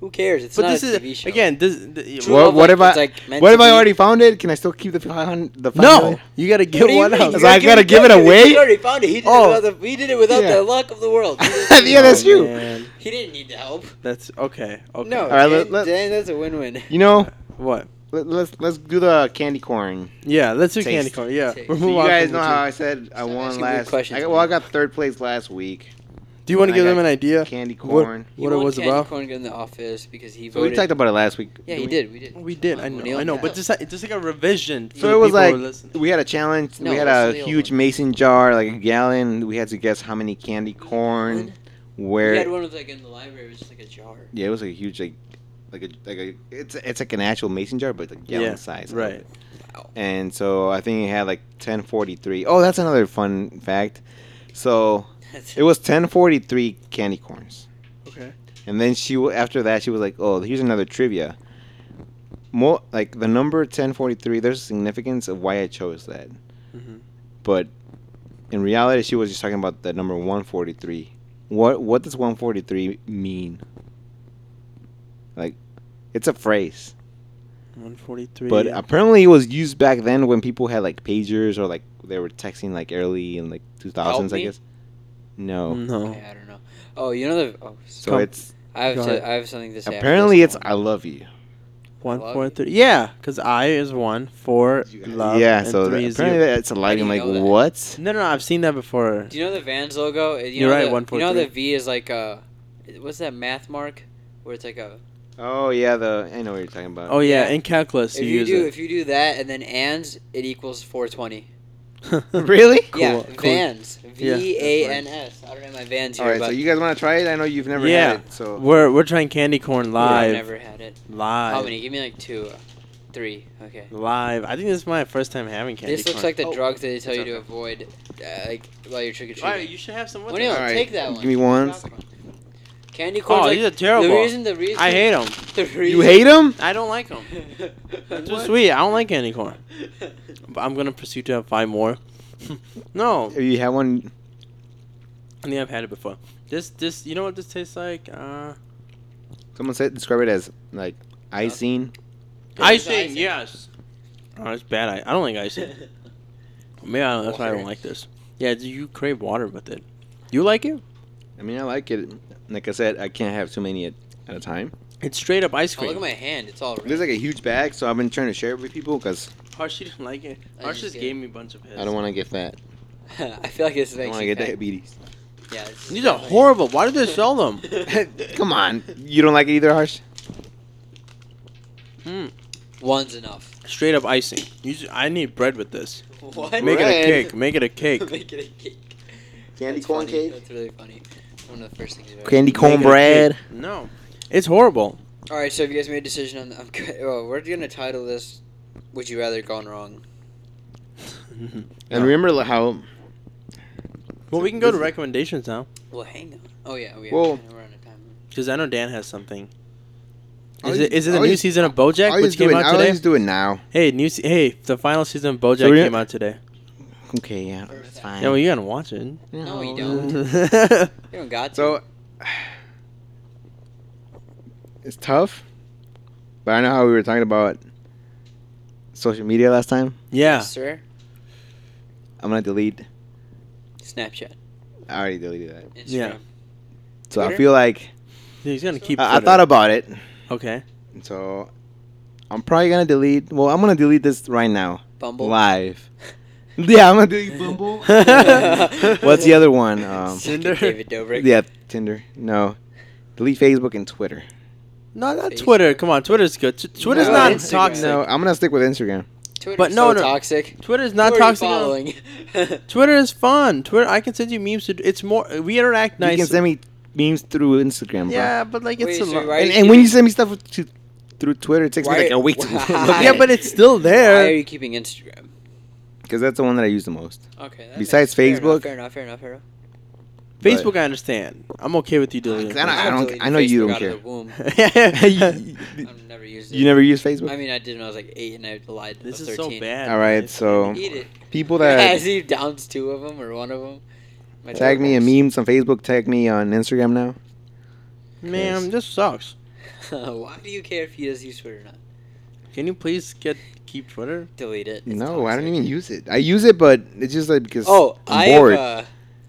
S3: Who cares? It's
S1: but
S3: not
S1: this
S3: a
S1: is
S3: TV show.
S1: again. This. The,
S3: True
S2: What,
S3: love,
S2: what
S3: like,
S2: if I?
S3: it's, like, meant
S2: what
S3: to
S2: if I
S3: be-
S2: already found it? Can I still keep the five hundred? The five
S1: no,
S2: million?
S1: you gotta
S3: What
S1: get
S3: do you
S1: one
S3: mean?
S1: out.
S3: You
S2: So I gotta give it
S3: away.
S2: away?
S3: He already found it. He did,
S1: Oh.
S3: it, without the, he did it without
S2: Yeah.
S3: the luck of the world. He didn't need-
S2: yeah, that's
S1: Oh,
S2: you.
S1: man.
S3: He didn't need the help.
S1: That's okay. Okay.
S3: No,
S2: right, let-
S3: Dan,
S2: let-
S3: Dan, that's a win-win.
S2: You know.
S1: What?
S2: Let, let's let's do the candy corn.
S1: Yeah, let's do
S2: Taste.
S1: candy corn. Yeah,
S3: Taste.
S1: we're
S2: So
S1: moving
S2: you
S1: on
S2: guys
S1: from
S2: know
S1: the
S2: how
S1: two.
S2: I said I
S3: Stop
S2: won
S3: asking weird
S2: last.
S3: questions,
S2: I got, well, I
S3: man.
S2: got third place last week.
S1: Do you want to
S2: I
S1: give
S2: got
S1: them an idea?
S2: Candy
S1: What-
S2: corn.
S3: He
S1: What it
S3: won
S1: was
S3: Candy
S1: about?
S3: Corn in the office because he
S2: So we
S3: voted.
S2: talked about it last week.
S3: yeah,
S2: Didn't
S3: he
S2: we?
S3: did. We did.
S1: We did. I
S3: Come on,
S1: know.
S3: Neil.
S1: I know.
S3: Yeah.
S1: But just like, just like a revision.
S2: So
S1: for
S2: it was
S1: people who
S2: like
S1: listen.
S2: we had a challenge.
S3: No,
S2: we had
S3: that's
S2: a
S3: the old
S2: huge
S3: one.
S2: mason jar, like a gallon. We had to guess how many candy corn,
S3: One.
S2: where.
S3: We had one of like in the library. It was just like a jar.
S2: Yeah, it was like a huge like. Like a, like a, it's it's like an actual mason jar, but like gallon
S1: Yeah,
S2: size. of
S1: right.
S2: it.
S3: Wow.
S2: And so I think it had like 1043. Oh, that's another fun fact. So
S3: That's-
S2: it was 1043 candy corns.
S1: Okay.
S2: And then she wa- after that she was like, "Oh, here's another trivia. More like the number 1043. There's a significance of why I chose that,
S1: Mhm.
S2: but in reality, she was just talking about the number 143. What what does 143 mean? Like, it's a phrase,
S1: 143.
S2: but apparently it was used back then when people had like pagers or like they were texting like early in like 2000s, I
S3: me?
S2: guess. No,
S1: no.
S3: Okay, I don't know. Oh, you know the. Oh,
S2: so
S1: Come-
S2: it's
S3: I have
S1: go
S3: to,
S1: ahead.
S3: I have something to say. after
S2: apparently
S3: this
S2: it's
S3: one.
S2: I love you.
S1: One four three. Yeah, because I is one, four, love,
S2: yeah,
S1: and
S2: so
S1: three
S2: that,
S1: is zero.
S2: apparently that, it's a lie.
S3: do
S2: I'm
S3: you
S2: like,
S3: know that?
S2: what?
S1: No, no, no, I've seen that before.
S3: Do you know the Vans logo? Uh, You
S1: You're
S3: know
S1: right,
S3: the-
S1: one, four,
S3: You know
S1: three.
S3: the V is like a. What's that math mark? Where it's like a.
S2: Oh yeah, the I know what you're talking about.
S1: Oh yeah,
S3: Yeah.
S1: in calculus
S3: If
S1: you,
S3: you
S1: use
S3: do, if you do that and then ands, it equals 420.
S1: it.
S2: really?
S3: Yeah,
S1: Cool, cool.
S3: Vans.
S1: Yeah.
S3: V A N S. I don't have my Vans
S2: All
S3: here,
S2: right,
S3: but
S2: so you guys want to try it? I know you've never
S1: Yeah.
S2: had it, so
S1: We're we're trying candy corn
S3: I've
S1: live.
S3: never had it.
S1: Live.
S3: How many? Give me like two, uh, three. Okay.
S1: Live. I think this is my first time having candy
S3: this
S1: corn.
S3: looks like the
S2: Oh,
S3: drugs that they tell
S2: it's
S3: you to avoid, uh, like while you're trick or
S1: Why, you
S3: treating.
S1: should have some with
S3: Well, no,
S1: us.
S2: All right,
S3: take that one.
S2: give me one.
S3: Candy corn.
S1: Oh,
S3: like,
S1: these are terrible.
S3: The reason, the reason.
S1: I hate them.
S3: The reason,
S2: You hate them?
S1: I don't like them.
S3: What? Oh,
S1: Too sweet. I don't like candy corn. But I'm gonna pursue to have five more. no,
S2: You had one.
S1: I think I've had it before. This, this, you know what this tastes like? Uh,
S2: Someone said describe it as like icing.
S1: icing, Yes. Oh, it's bad. I, I don't like icing. Maybe I don't, that's why I don't
S3: Water.
S1: like this. Yeah, do you crave water with it. You like it?
S2: I mean, I like it. Like I said, I can't have too many at, at a time.
S1: It's straight up ice
S3: Oh, look at
S1: cream.
S3: my hand. It's all red.
S2: There's like a huge bag, so I've been trying to share it with people because
S1: Harsh didn't like it.
S3: I
S1: Harsh
S3: just
S1: just
S3: get-
S1: gave me a bunch of his.
S2: I don't want to get fat.
S3: I feel like this
S2: I don't
S3: makes
S2: want to
S3: you
S2: get
S3: fat.
S2: diabetes.
S3: Yeah, this is
S1: These are
S3: definitely-
S1: horrible. Why did they sell them?
S2: Come on, you don't like it either, Harsh?
S3: One's enough.
S1: Straight up icing. You just, I need bread with this.
S3: What?
S1: Make it a
S2: Bread.
S1: cake. Make it a cake.
S3: Make it a cake.
S2: Candy
S3: That's
S2: corn
S3: funny.
S2: cake?
S3: That's really funny. One of the first things. I've ever-
S2: Candy
S1: Make it a
S2: corn bread.
S1: cake. No, it's horrible.
S3: All right, so have you guys made a decision on? The, I'm, g- oh, we're gonna title this. Would you rather gone wrong?
S2: And remember li- how?
S1: well, we can go to recommendations now
S3: Well, hang on. Oh yeah, we
S2: Well-
S3: kinda run out of time.
S1: because I know Dan has something.
S2: I'll
S1: Is it,
S2: just-
S1: is it the
S2: I'll
S1: new
S2: just-
S1: season of
S2: I'll
S1: BoJack,
S2: just
S1: which
S2: do
S1: came
S2: it.
S1: out
S2: I'll
S1: today?
S2: just do it now.
S1: Hey, new se- hey, the final season of BoJack
S2: So we're-
S1: came out today.
S2: Okay, yeah, that's fine.
S1: Yeah, well, you gotta watch it.
S3: No, you don't. You don't got to.
S2: So it's tough, but I know how we were talking about social media last time.
S1: yeah,
S3: sir,
S2: I'm gonna delete.
S3: Snapchat,
S2: I already deleted that.
S3: Instagram.
S1: Yeah.
S2: So I
S3: Twitter?
S2: feel like
S1: he's gonna keep.
S2: I, I thought about it.
S1: okay,
S2: So I'm probably gonna delete. Well, I'm gonna delete this right now,
S3: Bumble.
S2: live. Yeah, I'm gonna delete Bumble. What's the other one? Um,
S3: Suck it,
S1: Tinder?
S3: David Dobrik.
S2: yeah, Tinder. No, Delete Facebook and Twitter.
S1: No, not
S3: Facebook.
S1: Twitter. Come on, Twitter's good. T- Twitter's
S3: No,
S1: not
S3: Instagram.
S1: toxic.
S2: No, I'm gonna stick with Instagram.
S3: Twitter's
S1: But no,
S3: so
S1: no.
S3: toxic.
S1: Twitter's not
S3: Who are you
S1: toxic. at all.
S3: Following.
S1: Twitter is fun. Twitter, I can send you memes. To, it's more we interact
S2: You can
S1: nice.
S2: send me memes through Instagram, bro.
S1: Yeah, but like it's
S3: Wait,
S1: a
S3: so
S1: lot.
S3: why-
S2: And, and when you send me stuff to, through Twitter, it takes
S3: Why-
S2: me like a week to
S3: why-
S1: But yeah, but it's still
S3: Why are
S1: there.
S3: you keeping Instagram?
S2: because that's the one that I use the most.
S3: Okay. that
S2: Besides
S3: makes- fair
S2: Facebook?
S3: Enough, fair enough. Fair enough. Fair enough.
S1: Facebook, I understand. I'm okay with you doing.
S2: Cause I don't-
S3: I've
S2: I know
S3: deleted
S2: you
S3: Facebook
S2: don't
S3: out of the womb.
S1: it.
S3: I've never used it.
S2: you never use Facebook.
S3: I mean, I did when I was like eight, and I lied. I
S1: this
S3: was
S1: is
S3: 13.
S1: so bad.
S2: All right,
S1: guys.
S2: so
S3: Eat it.
S2: people
S3: As
S2: that
S3: he downs two of them or one of them. My
S2: tag me in
S3: terribles.
S2: memes on Facebook, tag me on Instagram now.
S1: man,
S2: Yes.
S1: this sucks.
S3: Why do you care if he does use Twitter or not?
S1: Can you please get keep Twitter?
S3: Delete it. It's
S2: no, I don't
S3: toxic.
S2: even use it. I use it, but it's just like because
S3: Oh,
S2: I'm
S3: I
S2: bored,
S3: Uh,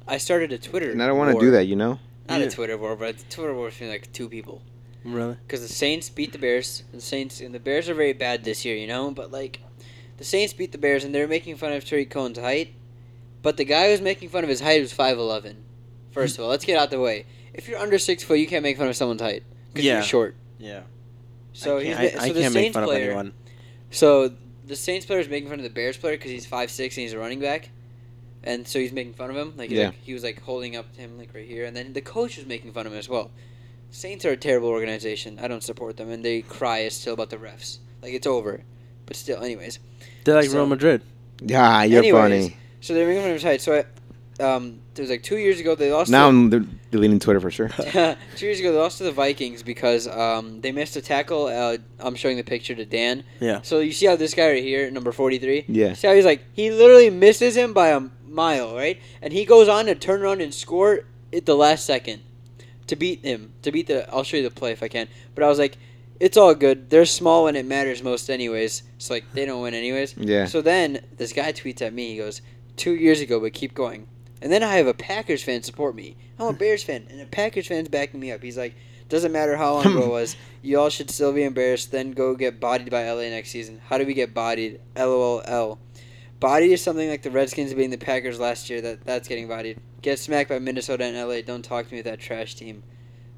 S3: I started a Twitter.
S2: and I don't want to
S3: war.
S2: do that. You know,
S3: Not
S1: Yeah.
S3: a Twitter war, but a Twitter war between like two people.
S1: Really?
S3: Because the Saints beat the Bears. And the Saints and the Bears are very bad this year, you know. But like, the Saints beat the Bears, and they're making fun of Tariq Cohen's height. But the guy who's making fun of his height was five eleven. First of all, let's get out the way. If you're under six foot, you can't make fun of someone's height because
S1: Yeah.
S3: you're short.
S1: Yeah.
S3: So
S1: I
S3: he's
S1: can't,
S3: ma- so
S1: I, I
S3: the
S1: can't make
S3: Saints
S1: fun of
S3: player,
S1: anyone.
S3: So the Saints player is making fun of the Bears player because he's five six and he's a running back, and so he's making fun of him. Like, he's
S2: Yeah.
S3: like he was like holding up to him like right here, and then the coach was making fun of him as well. Saints are a terrible organization. I don't support them, and they cry still about the refs. Like it's over, but still, anyways.
S1: They're like
S3: So-
S1: Real Madrid.
S2: yeah, you're
S3: Anyways,
S2: funny.
S3: So they're making fun of his height. So I, um, it was like two years ago they lost.
S2: Now
S3: to-
S2: I'm de- deleting Twitter for sure.
S3: two years ago they lost to the Vikings because um, they missed a tackle. Uh, I'm showing the picture to Dan.
S1: Yeah.
S3: So you see how this guy right here, number 43.
S2: Yeah.
S3: See how he's like he literally misses him by a mile, right? And he goes on to turn around and score at the last second to beat him. To beat the I'll show you the play if I can. But I was like, it's all good. They're small when it matters most, anyways. So like they don't win anyways.
S2: Yeah.
S3: So then this guy tweets at me. He goes, two years ago, but keep going. And then I have a Packers fan support me. I'm a Bears fan, and a Packers fan's backing me up. He's like, doesn't matter how long ago it was, you all should still be embarrassed. Then go get bodied by LA next season. How do we get bodied? LOL. Bodied is something like the Redskins being the Packers last year. That that's getting bodied. Get smacked by Minnesota and LA. Don't talk to me with that trash team.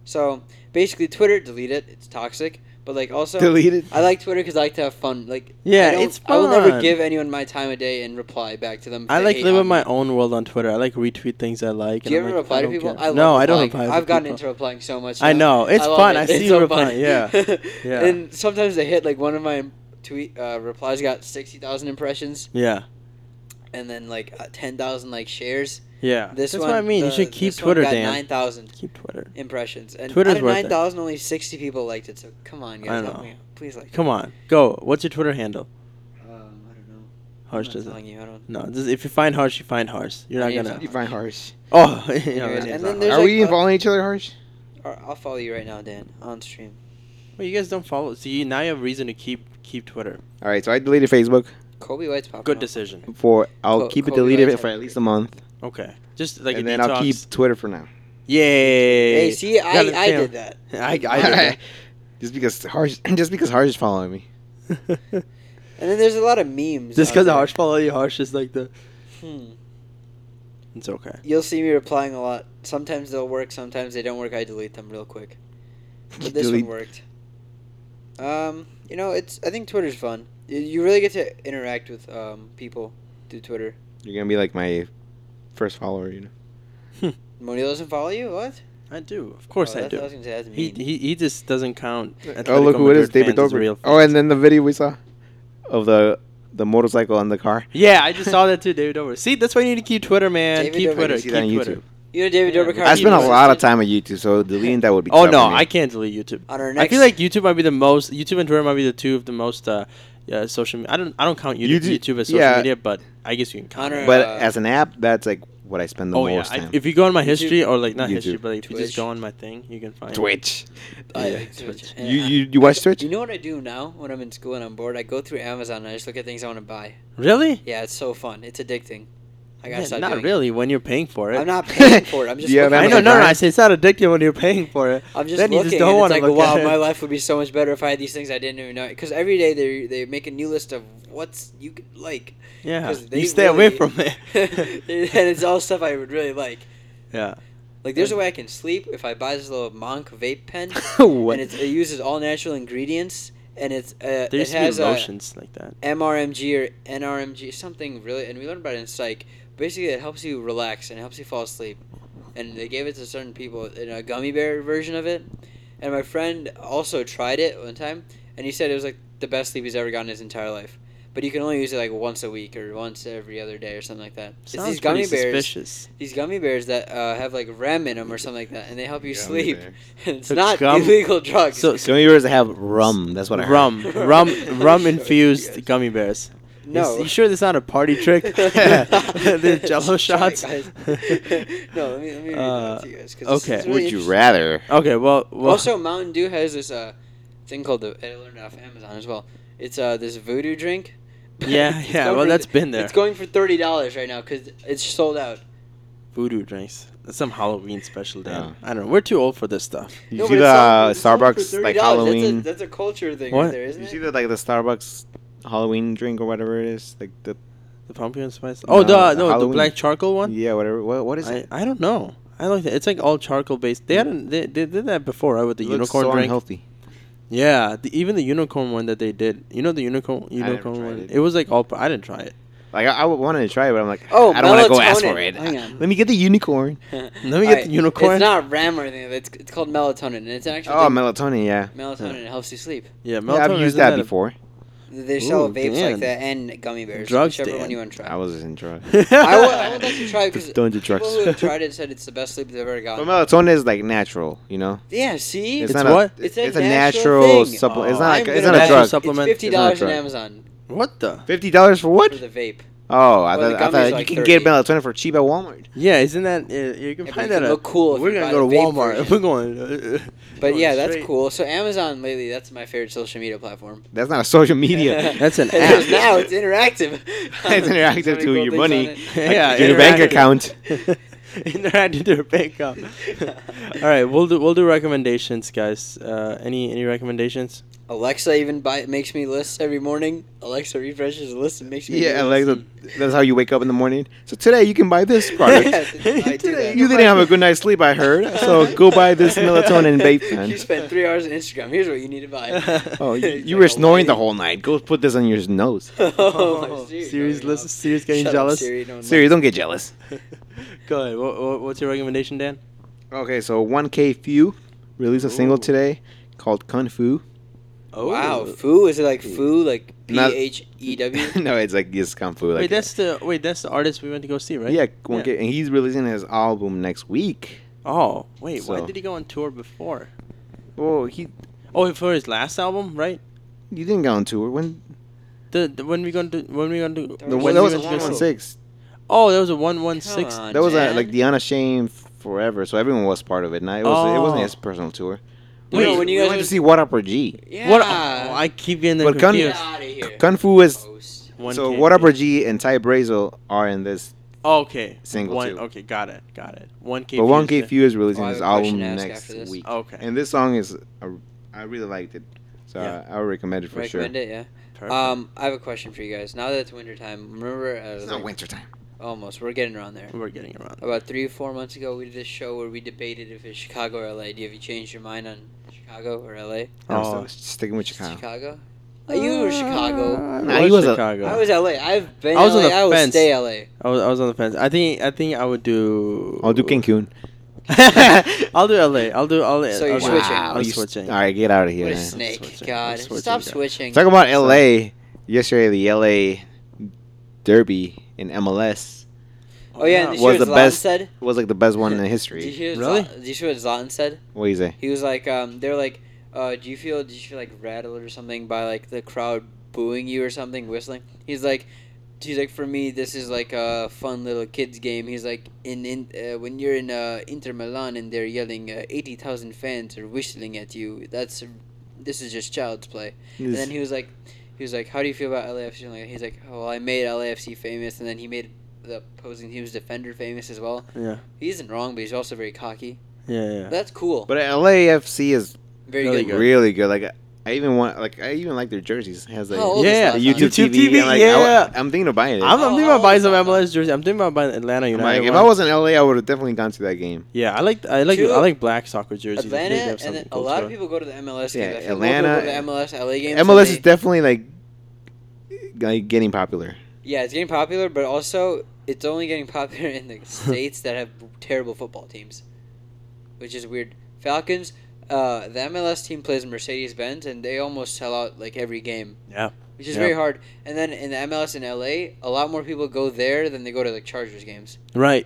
S3: So basically, Twitter, delete it. It's toxic. But like also,
S2: Deleted.
S3: I like Twitter because I like to have fun. Like
S1: Yeah,
S3: I don't-
S1: it's
S3: I will never
S1: fun.
S3: give anyone my time of day and reply back to them. if
S1: I
S3: they
S1: like
S3: hate
S1: live in
S3: on me.
S1: my own world on Twitter. I like retweet things I like.
S3: Do you
S1: and I'm
S3: ever
S1: like,
S3: reply
S1: I
S3: to
S1: don't
S3: people?
S1: care.
S3: I love
S1: no, I
S3: replying.
S1: don't reply. to
S3: I've gotten
S1: people.
S3: into replying so much.
S1: I know. It's fun. I see
S3: you
S1: replying. Yeah. Yeah.
S3: And sometimes they hit like one of my tweet uh, replies got sixty thousand impressions
S1: Yeah,
S3: and then like uh, ten thousand like shares.
S1: yeah.
S3: This
S1: That's
S3: one,
S1: what I mean. you
S3: the-
S1: should keep
S3: this one
S1: Twitter,
S3: got
S1: Dan.
S3: Nine thousand
S1: Keep Twitter.
S3: impressions. And
S1: Twitter's
S3: out of
S1: worth it.
S3: nine thousand, only sixty people liked it. So come on,
S1: I
S3: guys, help
S1: know.
S3: me. out. Please like.
S1: Come on, go. What's your Twitter handle?
S3: It. Um, I don't know. I'm
S1: Harsh
S3: not
S1: does it.
S3: telling you. I don't.
S1: No, this, if you find Harsh, you find Harsh. You're
S3: My
S1: not
S3: name's
S1: gonna.
S2: You find harsh.
S1: Oh, you know,
S3: Anyways,
S1: my name's
S3: and
S1: not
S3: then
S1: Harsh.
S3: there's
S2: Are
S3: like
S2: we
S3: a-
S2: involving each other harsh?
S3: or I'll follow you right now, Dan, on stream.
S1: Well, you guys don't follow. So you now you have reason to keep keep Twitter.
S2: All right, so I deleted Facebook
S3: Kobe White's popping.
S1: Good
S3: up.
S1: decision.
S2: for I'll
S3: Co-
S2: keep it
S3: Kobe
S2: deleted
S3: likes
S2: for
S3: it.
S2: at least a month,
S1: Okay, just like
S2: and
S1: a
S2: then
S1: detox.
S2: I'll keep Twitter for now.
S1: Yay!
S3: Hey, see, I,
S1: Gotta
S3: I
S1: feel-
S3: did that.
S1: I, I did that.
S2: just because harsh, just because harsh is following me.
S3: And then there's a lot of memes.
S1: Just
S3: out
S1: because
S3: there.
S1: Harsh follow
S2: eh,
S1: you, Harsh is like the.
S3: Hmm.
S1: It's okay.
S3: You'll see me replying a lot. Sometimes they'll work, sometimes they don't work. I delete them real quick. But this
S2: Delete-
S3: one worked. Um, you know, it's. I think Twitter's fun. You- You really get to interact with um, people through Twitter.
S2: You're gonna be like my first follower, you know.
S3: Monil doesn't follow you? What?
S1: I do. Of course
S3: Oh,
S1: I
S3: that's-
S1: do.
S3: I was gonna say, that's
S1: He,
S3: mean.
S1: he he just doesn't count.
S2: oh
S1: Atletico
S2: look who it is,
S1: Madrid
S2: David
S1: fans as
S2: Dobrik.
S1: real
S2: Oh,
S1: fans.
S2: and then the video we saw of the the motorcycle on the car.
S1: yeah, I just saw that too, David Dobrik. See, that's why you need to keep Twitter, man.
S3: David
S1: keep
S3: Dobrik.
S1: Twitter.
S2: You see
S1: Keep
S2: that on
S1: Twitter.
S2: YouTube.
S3: You know, David
S1: Yeah.
S3: Dobrik.
S1: Our
S2: I spent a
S1: YouTube
S2: lot of time on YouTube, so deleting that would be.
S1: Oh
S2: tough
S1: no,
S2: for me.
S1: I can't delete YouTube.
S3: On our
S1: I
S3: next.
S1: feel like YouTube might be the most. YouTube and Twitter might be the two of the most. Uh, yeah, social. Me- I don't. I don't count YouTube,
S2: YouTube-
S1: YouTube as social
S2: yeah.
S1: media, but I guess you can count.
S3: Honor-
S1: it.
S2: But
S3: uh,
S2: as an app, that's like what I spend the
S1: oh yeah,
S2: most
S1: I,
S2: time.
S1: if you go on my history
S3: YouTube.
S1: or like not history,
S2: YouTube.
S1: but like, if you just
S3: Twitch.
S1: go on my thing, you can find.
S2: Twitch.
S3: I
S1: Yeah,
S3: like Twitch.
S1: Twitch.
S3: And
S2: You
S3: I-
S2: you you watch Twitch?
S3: You know what I do now when I'm in school and I'm bored? I go through Amazon and I just look at things I want to buy.
S1: Really?
S3: Yeah, it's so fun. It's addicting. I gotta
S1: Yeah,
S3: stop
S1: not
S3: doing
S1: really. When you're paying for
S3: It.
S1: it.
S3: I'm not paying for it. I'm just.
S2: Yeah,
S3: looking
S1: I
S3: at
S1: know.
S2: Amazon
S3: it.
S1: No, no.
S2: Prime?
S1: I say it's not addictive when you're paying for it.
S3: I'm just
S1: Then you
S3: looking.
S1: just don't
S3: and
S1: wanna
S3: it's like,
S1: look
S3: wow,
S1: at it.
S3: my life would be so much better if I had these things I didn't even know. Because every day they they make a new list of what's you could like,
S1: Yeah.
S3: 'Cause they
S1: You stay away
S3: really-
S1: from
S3: and
S1: it.
S3: it's all stuff I would really like.
S1: yeah.
S3: Like there's a way I can sleep if I buy this little Monk vape pen,
S2: what?
S3: and it's, it uses all natural ingredients, and it's
S1: There
S3: uh, it
S1: used to
S3: has
S1: be
S3: a
S1: lotions like that.
S3: MRMG or NRMG something really, and we learned about it in psych. Basically, it helps you relax and it helps you fall asleep. And they gave it to certain people in a gummy bear version of it. And my friend also tried it one time, and he said it was like the best sleep he's ever gotten in his entire life. But you can only use it like once a week or once every other day or something like that.
S1: Sounds
S3: it's these gummy
S1: pretty
S3: bears
S1: suspicious.
S3: these gummy bears that uh, have like REM in them or something like that, and they help you
S2: Gummy
S3: sleep.
S2: bears.
S3: it's
S1: So
S3: not
S1: gum-
S3: illegal drugs.
S1: So-
S2: So many bears that have rum. That's what I heard.
S1: Rum, rum, rum infused gummy bears.
S3: no,
S1: you sure that's not a party trick? the Jello
S3: Try it,
S1: shots.
S3: guys. no, let me let me read
S1: Uh,
S3: that to you guys. 'cause it's-
S1: okay.
S3: it's really
S2: Would you
S3: interesting.
S2: rather?
S1: Okay, well, well
S3: Also, Mountain Dew has this uh thing called the I learned it off Amazon as well. It's uh this voodoo drink.
S1: Yeah,
S3: It's
S1: yeah,
S3: going
S1: well,
S3: for-
S1: that's been there.
S3: It's going for thirty dollars right now because it's sold out.
S1: voodoo drinks. That's some Halloween special, Dan.
S2: Yeah.
S1: I don't know. We're too old for this stuff.
S2: You
S3: No,
S2: see
S3: but
S2: the
S1: uh,
S3: it's sold- it's
S2: Starbucks
S3: sold for
S2: like
S3: $30. That's a-
S2: Halloween.
S3: That's a, culture thing
S1: What?
S3: right there, isn't
S2: You
S3: it?
S2: see the like the Starbucks Halloween drink or whatever it is, like the
S1: The pumpkin spice. Oh,
S2: No,
S1: the
S2: the
S1: no, the
S2: Halloween.
S1: black charcoal one.
S2: yeah, whatever. What what is
S1: I,
S2: it?
S1: I don't know. I like that. It's like all charcoal based. They hadn't they, they did that before, right? With the
S2: It looks
S1: unicorn
S2: so
S1: drink.
S2: unhealthy.
S1: Yeah, the, even the unicorn one that they did. You know the unicorn
S2: never
S1: unicorn
S2: tried
S1: one.
S2: it.
S1: It was like all. I didn't try it.
S2: Like I, I wanted to try it, but I'm like,
S3: Oh,
S2: I don't want to go ask
S3: melatonin.
S2: for it.
S3: Hang on.
S2: Let me get the unicorn.
S3: Let
S1: me get the unicorn.
S3: It's not RAM or anything. It's, it's called melatonin. And it's actually
S2: Oh, melatonin, yeah.
S3: melatonin. It helps you sleep.
S1: Yeah, melatonin.
S2: Yeah, I've used
S1: isn't
S2: that
S1: a-
S2: before.
S3: They sell
S1: Ooh,
S3: vapes
S1: Dan.
S3: like that and gummy bears.
S1: Drugs,
S3: whichever
S1: Dan.
S3: one you want to try.
S2: I was just in drugs.
S3: I would, I would like to try because
S2: Just don't do drugs.
S3: people who have tried it said it's the best sleep they've ever
S2: But
S3: gotten.
S2: melatonin is like natural, you know.
S3: yeah, see,
S1: It's
S2: not
S1: what?
S2: A, it's,
S3: It's a
S2: a
S3: natural
S2: natural
S3: thing.
S2: supplement. It's
S1: Oh.
S2: not. Like,
S1: I'm
S2: it's
S1: gonna
S2: not a
S1: buy
S2: drug.
S1: some sup- supplement.
S3: It's fifty
S2: It's not a
S3: dollars on
S2: drug.
S3: Amazon
S1: What the?
S2: Fifty dollars for
S3: for
S2: what?
S3: the vape.
S2: Oh, I
S3: Well, the
S2: thought, I
S3: gummies
S2: thought
S3: are
S2: you
S3: like
S2: can get
S3: 30.
S2: melatonin for cheap at Walmart.
S1: Yeah, isn't that uh, you can
S3: Yeah, but
S1: find
S3: you
S1: that
S3: can
S1: at-
S3: look cool if
S1: We're
S3: you
S1: gonna
S3: buy
S1: go
S3: the
S1: to
S3: vape
S1: Walmart.
S3: version.
S1: We're going. uh, uh,
S3: But
S1: going
S3: yeah, that's
S1: straight.
S3: cool. So Amazon lately, that's my favorite social media platform.
S2: That's not a social media.
S1: That's an
S3: It is
S1: app.
S3: now it's interactive.
S2: It's interactive
S3: So many
S2: to your
S3: things
S2: money.
S3: on it.
S1: yeah,
S2: your bank
S1: interactive.
S2: account.
S1: interactive to your bank account. All right, we'll do we'll do recommendations, guys. Uh, any any recommendations?
S3: Alexa even buy, makes me lists every morning. Alexa refreshes the list and makes me.
S2: Yeah,
S3: do
S2: Alexa. That's how you wake up in the morning. So today you can buy this product.
S3: Yeah, I do that.
S2: You didn't have a good night's sleep, I heard. So go buy this melatonin vape
S3: this. You
S2: pen.
S3: spent three hours on Instagram. Here's what you need to buy.
S2: Oh, you,
S3: It's
S2: you
S3: like
S2: were
S3: a
S2: snoring the
S3: lady.
S2: whole night. Go put this on your nose.
S3: oh, my Siri,
S1: Siri's
S3: going
S1: listen,
S3: off.
S1: Siri's getting
S3: Shut up,
S1: jealous.
S3: Siri, no one
S2: Siri, don't get jealous.
S1: Go ahead. What, what, what's your recommendation, Dan?
S2: Okay, so 1K Few released a single
S1: Ooh.
S2: today called Kung Fu.
S1: Oh
S3: Wow, foo is it like foo like P
S2: Not-
S3: H E W?
S2: no, it's like it's Kung Fu. Like,
S1: wait, that's the wait, that's the artist we went to go see, right?
S2: yeah, 1K, and he's releasing his album next week.
S1: Oh, wait, why
S2: So-
S1: did he go on tour before?
S2: Well, he
S1: Oh, for his last album, right?
S2: you didn't go on tour when
S1: The, the when we going to when we going to
S3: The
S2: the,
S3: When
S2: that
S1: we
S2: was
S1: went to go see-
S2: 116.
S1: Oh, that was a one one six.
S3: Come on,
S2: That was uh
S3: Jan.
S2: like the Unashamed Forever, so everyone was part of it. Now it was it wasn't
S1: Oh.
S2: his personal tour.
S1: No,
S2: We-
S1: when
S2: we
S3: you guys
S2: went to
S3: were-
S2: see What Up or G.
S3: yeah.
S1: What? Oh, I keep getting them
S2: But Gun-
S3: Get
S1: confused.
S3: out of here.
S2: Kung Fu is
S3: Host.
S1: One
S2: so
S1: K. Oh,
S2: What Up or G and Ty Brazel are in this,
S1: Okay.
S2: Single
S1: one,
S2: too.
S1: Okay, got it, got it. One K.
S2: but One K Few is releasing
S3: Oh, I have
S2: his
S3: a question
S2: album
S3: to ask
S2: next
S3: after this. Oh,
S2: week.
S1: Okay.
S2: And this song is a, I really liked it, so
S1: Yeah.
S2: I, I would recommend it for
S3: Recommend
S2: sure.
S3: it, yeah.
S1: Perfect.
S3: Um, I have a question for you guys. Now that it's wintertime, remember? Uh,
S2: It's not
S3: like,
S2: wintertime.
S3: Almost, we're getting around there.
S1: We're getting around.
S3: About three or four months ago, we did this show where we debated if it's Chicago or LA. Do you have you changed your mind on Chicago or LA?
S2: I'm
S1: Oh.
S2: still sticking with Chicago.
S3: Chicago. Uh, you were Chicago.
S1: I
S2: Nah, he was a-
S1: Chicago.
S3: I was LA. I've been.
S1: Uh, I was on
S3: LA.
S1: the
S3: I will
S1: fence.
S3: stay LA.
S1: I was, I was on the fence. I think I think I would do.
S2: I'll do Cancun.
S1: I'll do LA. I'll do LA.
S3: So you're
S1: I'll do-
S3: switching.
S1: I'm
S2: you s-
S1: switching.
S2: All right, get out of here.
S3: What a
S2: man.
S3: snake!
S1: switching. I'm
S3: God,
S1: switching,
S3: stop
S1: guys.
S3: switching.
S2: Talk about LA. Yesterday, the LA Derby in MLS
S3: Oh yeah, and did you
S2: Was
S3: hear what
S2: the
S3: Zlatan
S2: best-
S3: said?
S2: was like the best one in
S3: Did you
S2: history.
S3: hear?
S1: Really?
S3: Really? Did you see what Zlatan said?
S2: What do you say?
S3: He was like, um, they're like, uh, do you feel, did you feel like rattled or something by like the crowd booing you or something, whistling? He's like, he's like, for me, this is like a fun little kids game. He's like, in, in uh, when you're in uh, Inter Milan and they're yelling, uh, eighty thousand fans are whistling at you. That's, this is just child's play. And then he was like, he was like, how do you feel about LAFC? And like, he's like, oh, well, I made LAFC famous, and then he made the opposing team's defender famous as well.
S1: Yeah.
S3: He isn't wrong, but he's also very cocky.
S1: Yeah, yeah.
S3: That's cool.
S2: But LAFC is
S3: Very
S1: Really
S3: good.
S1: good.
S2: really good. Like I even want like I even like their jerseys. It has like
S3: How old is
S1: Yeah,
S2: the
S3: that
S2: YouTube,
S3: song?
S1: YouTube
S2: TV.
S1: TV,
S2: and, like,
S1: yeah.
S2: I, am thinking of buying it.
S1: I'm,
S2: I'm,
S1: I'm thinking
S3: Oh,
S1: about buying some
S3: oh,
S1: MLS jersey. I'm thinking about buying Atlanta United.
S2: like, if
S1: one.
S2: I was in LA, I would have definitely gone to that game.
S1: yeah, I like I like
S3: Dude,
S1: I like black soccer jerseys. I think they have
S3: Atlanta, and
S1: something
S3: then a
S1: cool
S3: lot
S1: to
S3: of
S1: it.
S3: people go to the MLS games.
S2: Yeah,
S3: I feel more people
S2: Atlanta-
S3: go to the MLS, LA games.
S2: MLS
S3: than
S2: is
S3: they-
S2: definitely like like getting popular.
S3: yeah, it's getting popular, but also it's only getting popular in the states that have terrible football teams, which is weird. Falcons, uh, the MLS team plays Mercedes Benz, and they almost sell out like every game.
S1: Yeah.
S3: which is
S1: Yeah.
S3: very hard. And then in the MLS in LA, a lot more people go there than they go to like Chargers games.
S1: Right.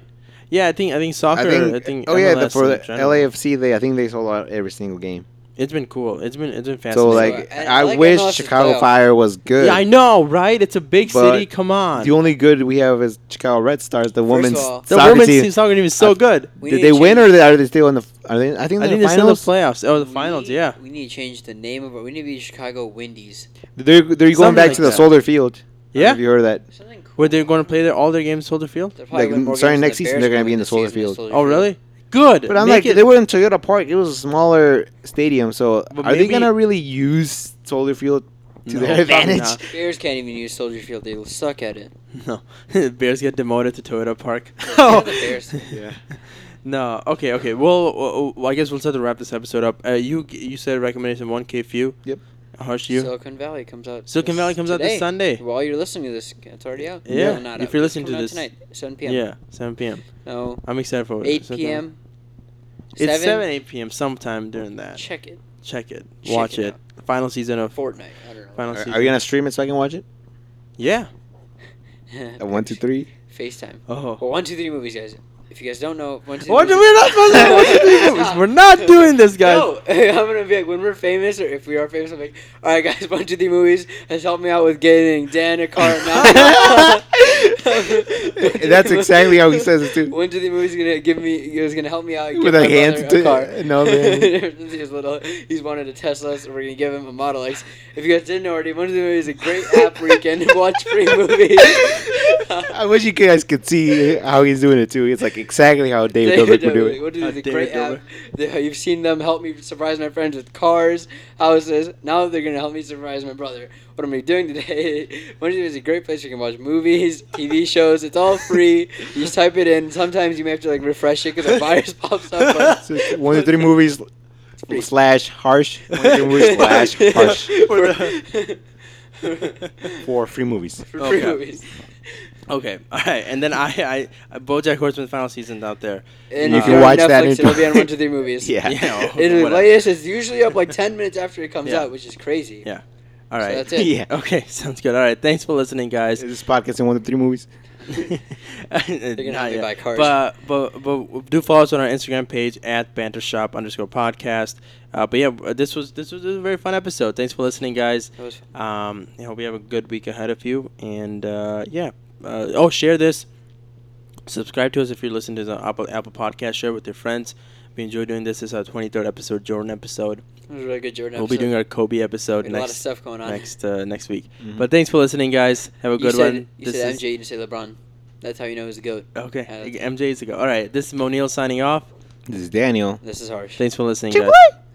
S1: Yeah, I think I think soccer. I think,
S2: oh yeah, the,
S1: MLS
S2: for
S1: in
S2: the
S1: general.
S2: LAFC, they I think they sold out every single game.
S1: It's been cool. It's been it's been
S2: So
S1: fascinating.
S2: like,
S3: I-
S2: I,
S3: I like
S2: wish
S3: MLS 's
S2: Chicago
S3: playoff.
S2: Fire was good.
S1: yeah, I know, right? It's a big
S2: But
S1: city. Come on.
S2: The only good we have is Chicago Red Stars, the women's
S3: of all,
S1: the
S2: soccer
S1: women's
S2: team.
S1: team soccer team is so
S2: I-
S1: good.
S3: We
S2: Did
S3: need to
S2: they win
S3: change-
S2: or are they still in the? Are they?
S1: I
S2: I think they're
S1: think
S2: in
S1: they're
S2: the
S1: still in the
S2: finals.
S1: playoffs. Oh, the
S3: We
S1: finals.
S3: need-
S1: Yeah.
S3: We need to change the name of it. We need to be Chicago Windies.
S2: They're they're going
S1: Something
S2: back
S1: like
S2: to the
S1: that.
S2: solar field. I don't know
S1: Yeah.
S2: If you heard of that?
S3: Something cool.
S1: Where they're going to play their all their games Soldier Field?
S3: They're
S2: Like,
S3: win more
S2: starting
S3: games than
S2: next
S3: the
S2: season,
S3: Bears
S2: they're gonna
S3: win
S2: be in
S3: this
S2: the Soldier
S3: season than
S2: Field.
S3: Soldier
S1: Oh, really? Good.
S2: But I'm
S1: Make
S2: like,
S1: it-
S2: they were in Toyota Park. It was a smaller stadium, so
S1: But
S2: are they
S1: maybe-
S2: gonna really use solar field to
S1: No,
S2: their
S1: probably
S2: advantage?
S1: not.
S3: Bears can't even use Soldier Field. They suck at it.
S1: no. Bears get demoted to Toyota Park. Oh.
S3: Yeah, the Bears.
S2: Yeah.
S1: No. Okay. Okay. Well, uh, uh, I guess we'll start to wrap this episode up. Uh, you g- you said recommendation one K few.
S2: Yep.
S1: Harsh you.
S3: Silicon Valley comes out.
S1: Silicon
S3: this-
S1: Valley comes out this
S3: today.
S1: Sunday.
S3: While you're listening to this, it's already out.
S1: Yeah,
S3: No, not
S1: if
S3: out.
S1: you're
S3: It's
S1: listening to
S3: coming out
S1: this-
S3: tonight, 7 p.m.
S1: yeah. Seven p.m.
S3: No,
S1: I'm excited for it.
S3: 8
S1: Seven
S3: p.m.
S1: It's seven eight p.m. Sometime during that.
S3: Check it.
S1: Check it.
S3: Check
S1: Watch
S3: it
S1: it. Final season of
S3: Fortnite. I don't know.
S1: Final
S2: Are,
S1: season.
S2: are you gonna stream it so I can watch it?
S1: yeah.
S2: At one, two, three.
S3: FaceTime.
S1: Oh.
S3: Well, one, two, three movies, guys. If you guys don't know, one, two, three.
S1: What
S3: movies-
S1: we're not supposed to watch these movies. We're not doing this, guys.
S3: No, I'm gonna be like when we're famous, or if we are famous, I'm like, all right, guys, one, two, three movies has helped me out with getting Dan a car. Now.
S2: That's exactly how he says it, too.
S3: One, two, three movies is gonna give me. It was gonna help me out.
S2: With
S3: give
S2: a
S3: my
S2: hand
S3: brother
S2: to-
S3: a car.
S2: no, man.
S3: he's little. He's wanted a Tesla, so we're gonna give him a Model X. If you guys didn't already, one, two, three movies is a great app where you can watch free movies.
S2: I wish you guys could see how he's doing it too. It's like exactly how David Dobrik would
S3: David
S2: do
S3: Dobrik.
S2: it.
S3: What do
S1: How
S3: they- the
S1: David
S3: great app. They- You've seen them help me surprise my friends with cars, houses. Now they're gonna help me surprise my brother. What I'm gonna be doing today? One of is a great place you can watch movies, TV shows. It's all free. You just type it in. Sometimes you may have to like refresh it because a virus pops up. But
S2: So it's one of the three movies slash harsh. One of the three movies slash harsh.
S3: for,
S2: Four free movies.
S3: for free
S1: Okay.
S3: movies.
S1: Okay. All right. And then I, I BoJack Horseman final season's out there.
S3: And
S1: You
S3: if
S1: can
S3: you're
S2: watch
S3: on Netflix,
S2: that in-
S3: it'll be on one to three movies.
S2: Yeah.
S1: Yeah. Oh,
S3: And the
S1: whatever.
S3: latest is usually up like ten minutes after it comes
S1: Yeah.
S3: out, which is crazy.
S1: Yeah. All right.
S3: that's it.
S2: Yeah.
S1: Okay. Sounds good. All right. Thanks for listening, guys.
S2: Is this podcast in one of the three movies?
S1: They're
S3: gonna have to buy cars.
S1: But, but but do follow us on our Instagram page at banter shop underscore podcast. Uh, but yeah, this was this was a very fun episode. Thanks for listening, guys.
S3: That was-
S1: Um, I hope you have a good week ahead of you. And uh, yeah, uh, oh share this. Subscribe to us if you're listening to the Apple Apple Podcast. Share with your friends. We enjoy doing this. This is our 23rd episode, Jordan episode.
S3: It was a really good Jordan.
S1: We'll be
S3: episode.
S1: doing our Kobe episode
S3: We had a lot of
S1: next
S3: stuff going on.
S1: next uh, next week.
S2: Mhm.
S1: But thanks for listening, guys. Have a
S3: you
S1: good
S3: said,
S1: one.
S3: You said MJ, you didn't say LeBron. That's how you know he's a goat.
S1: Okay,
S3: Yeah, that's-
S1: MJ's to go. All right, this is Moniel signing off.
S2: This is Daniel.
S3: This is harsh.
S1: Thanks for listening,
S2: Chick
S1: guys.
S2: boy.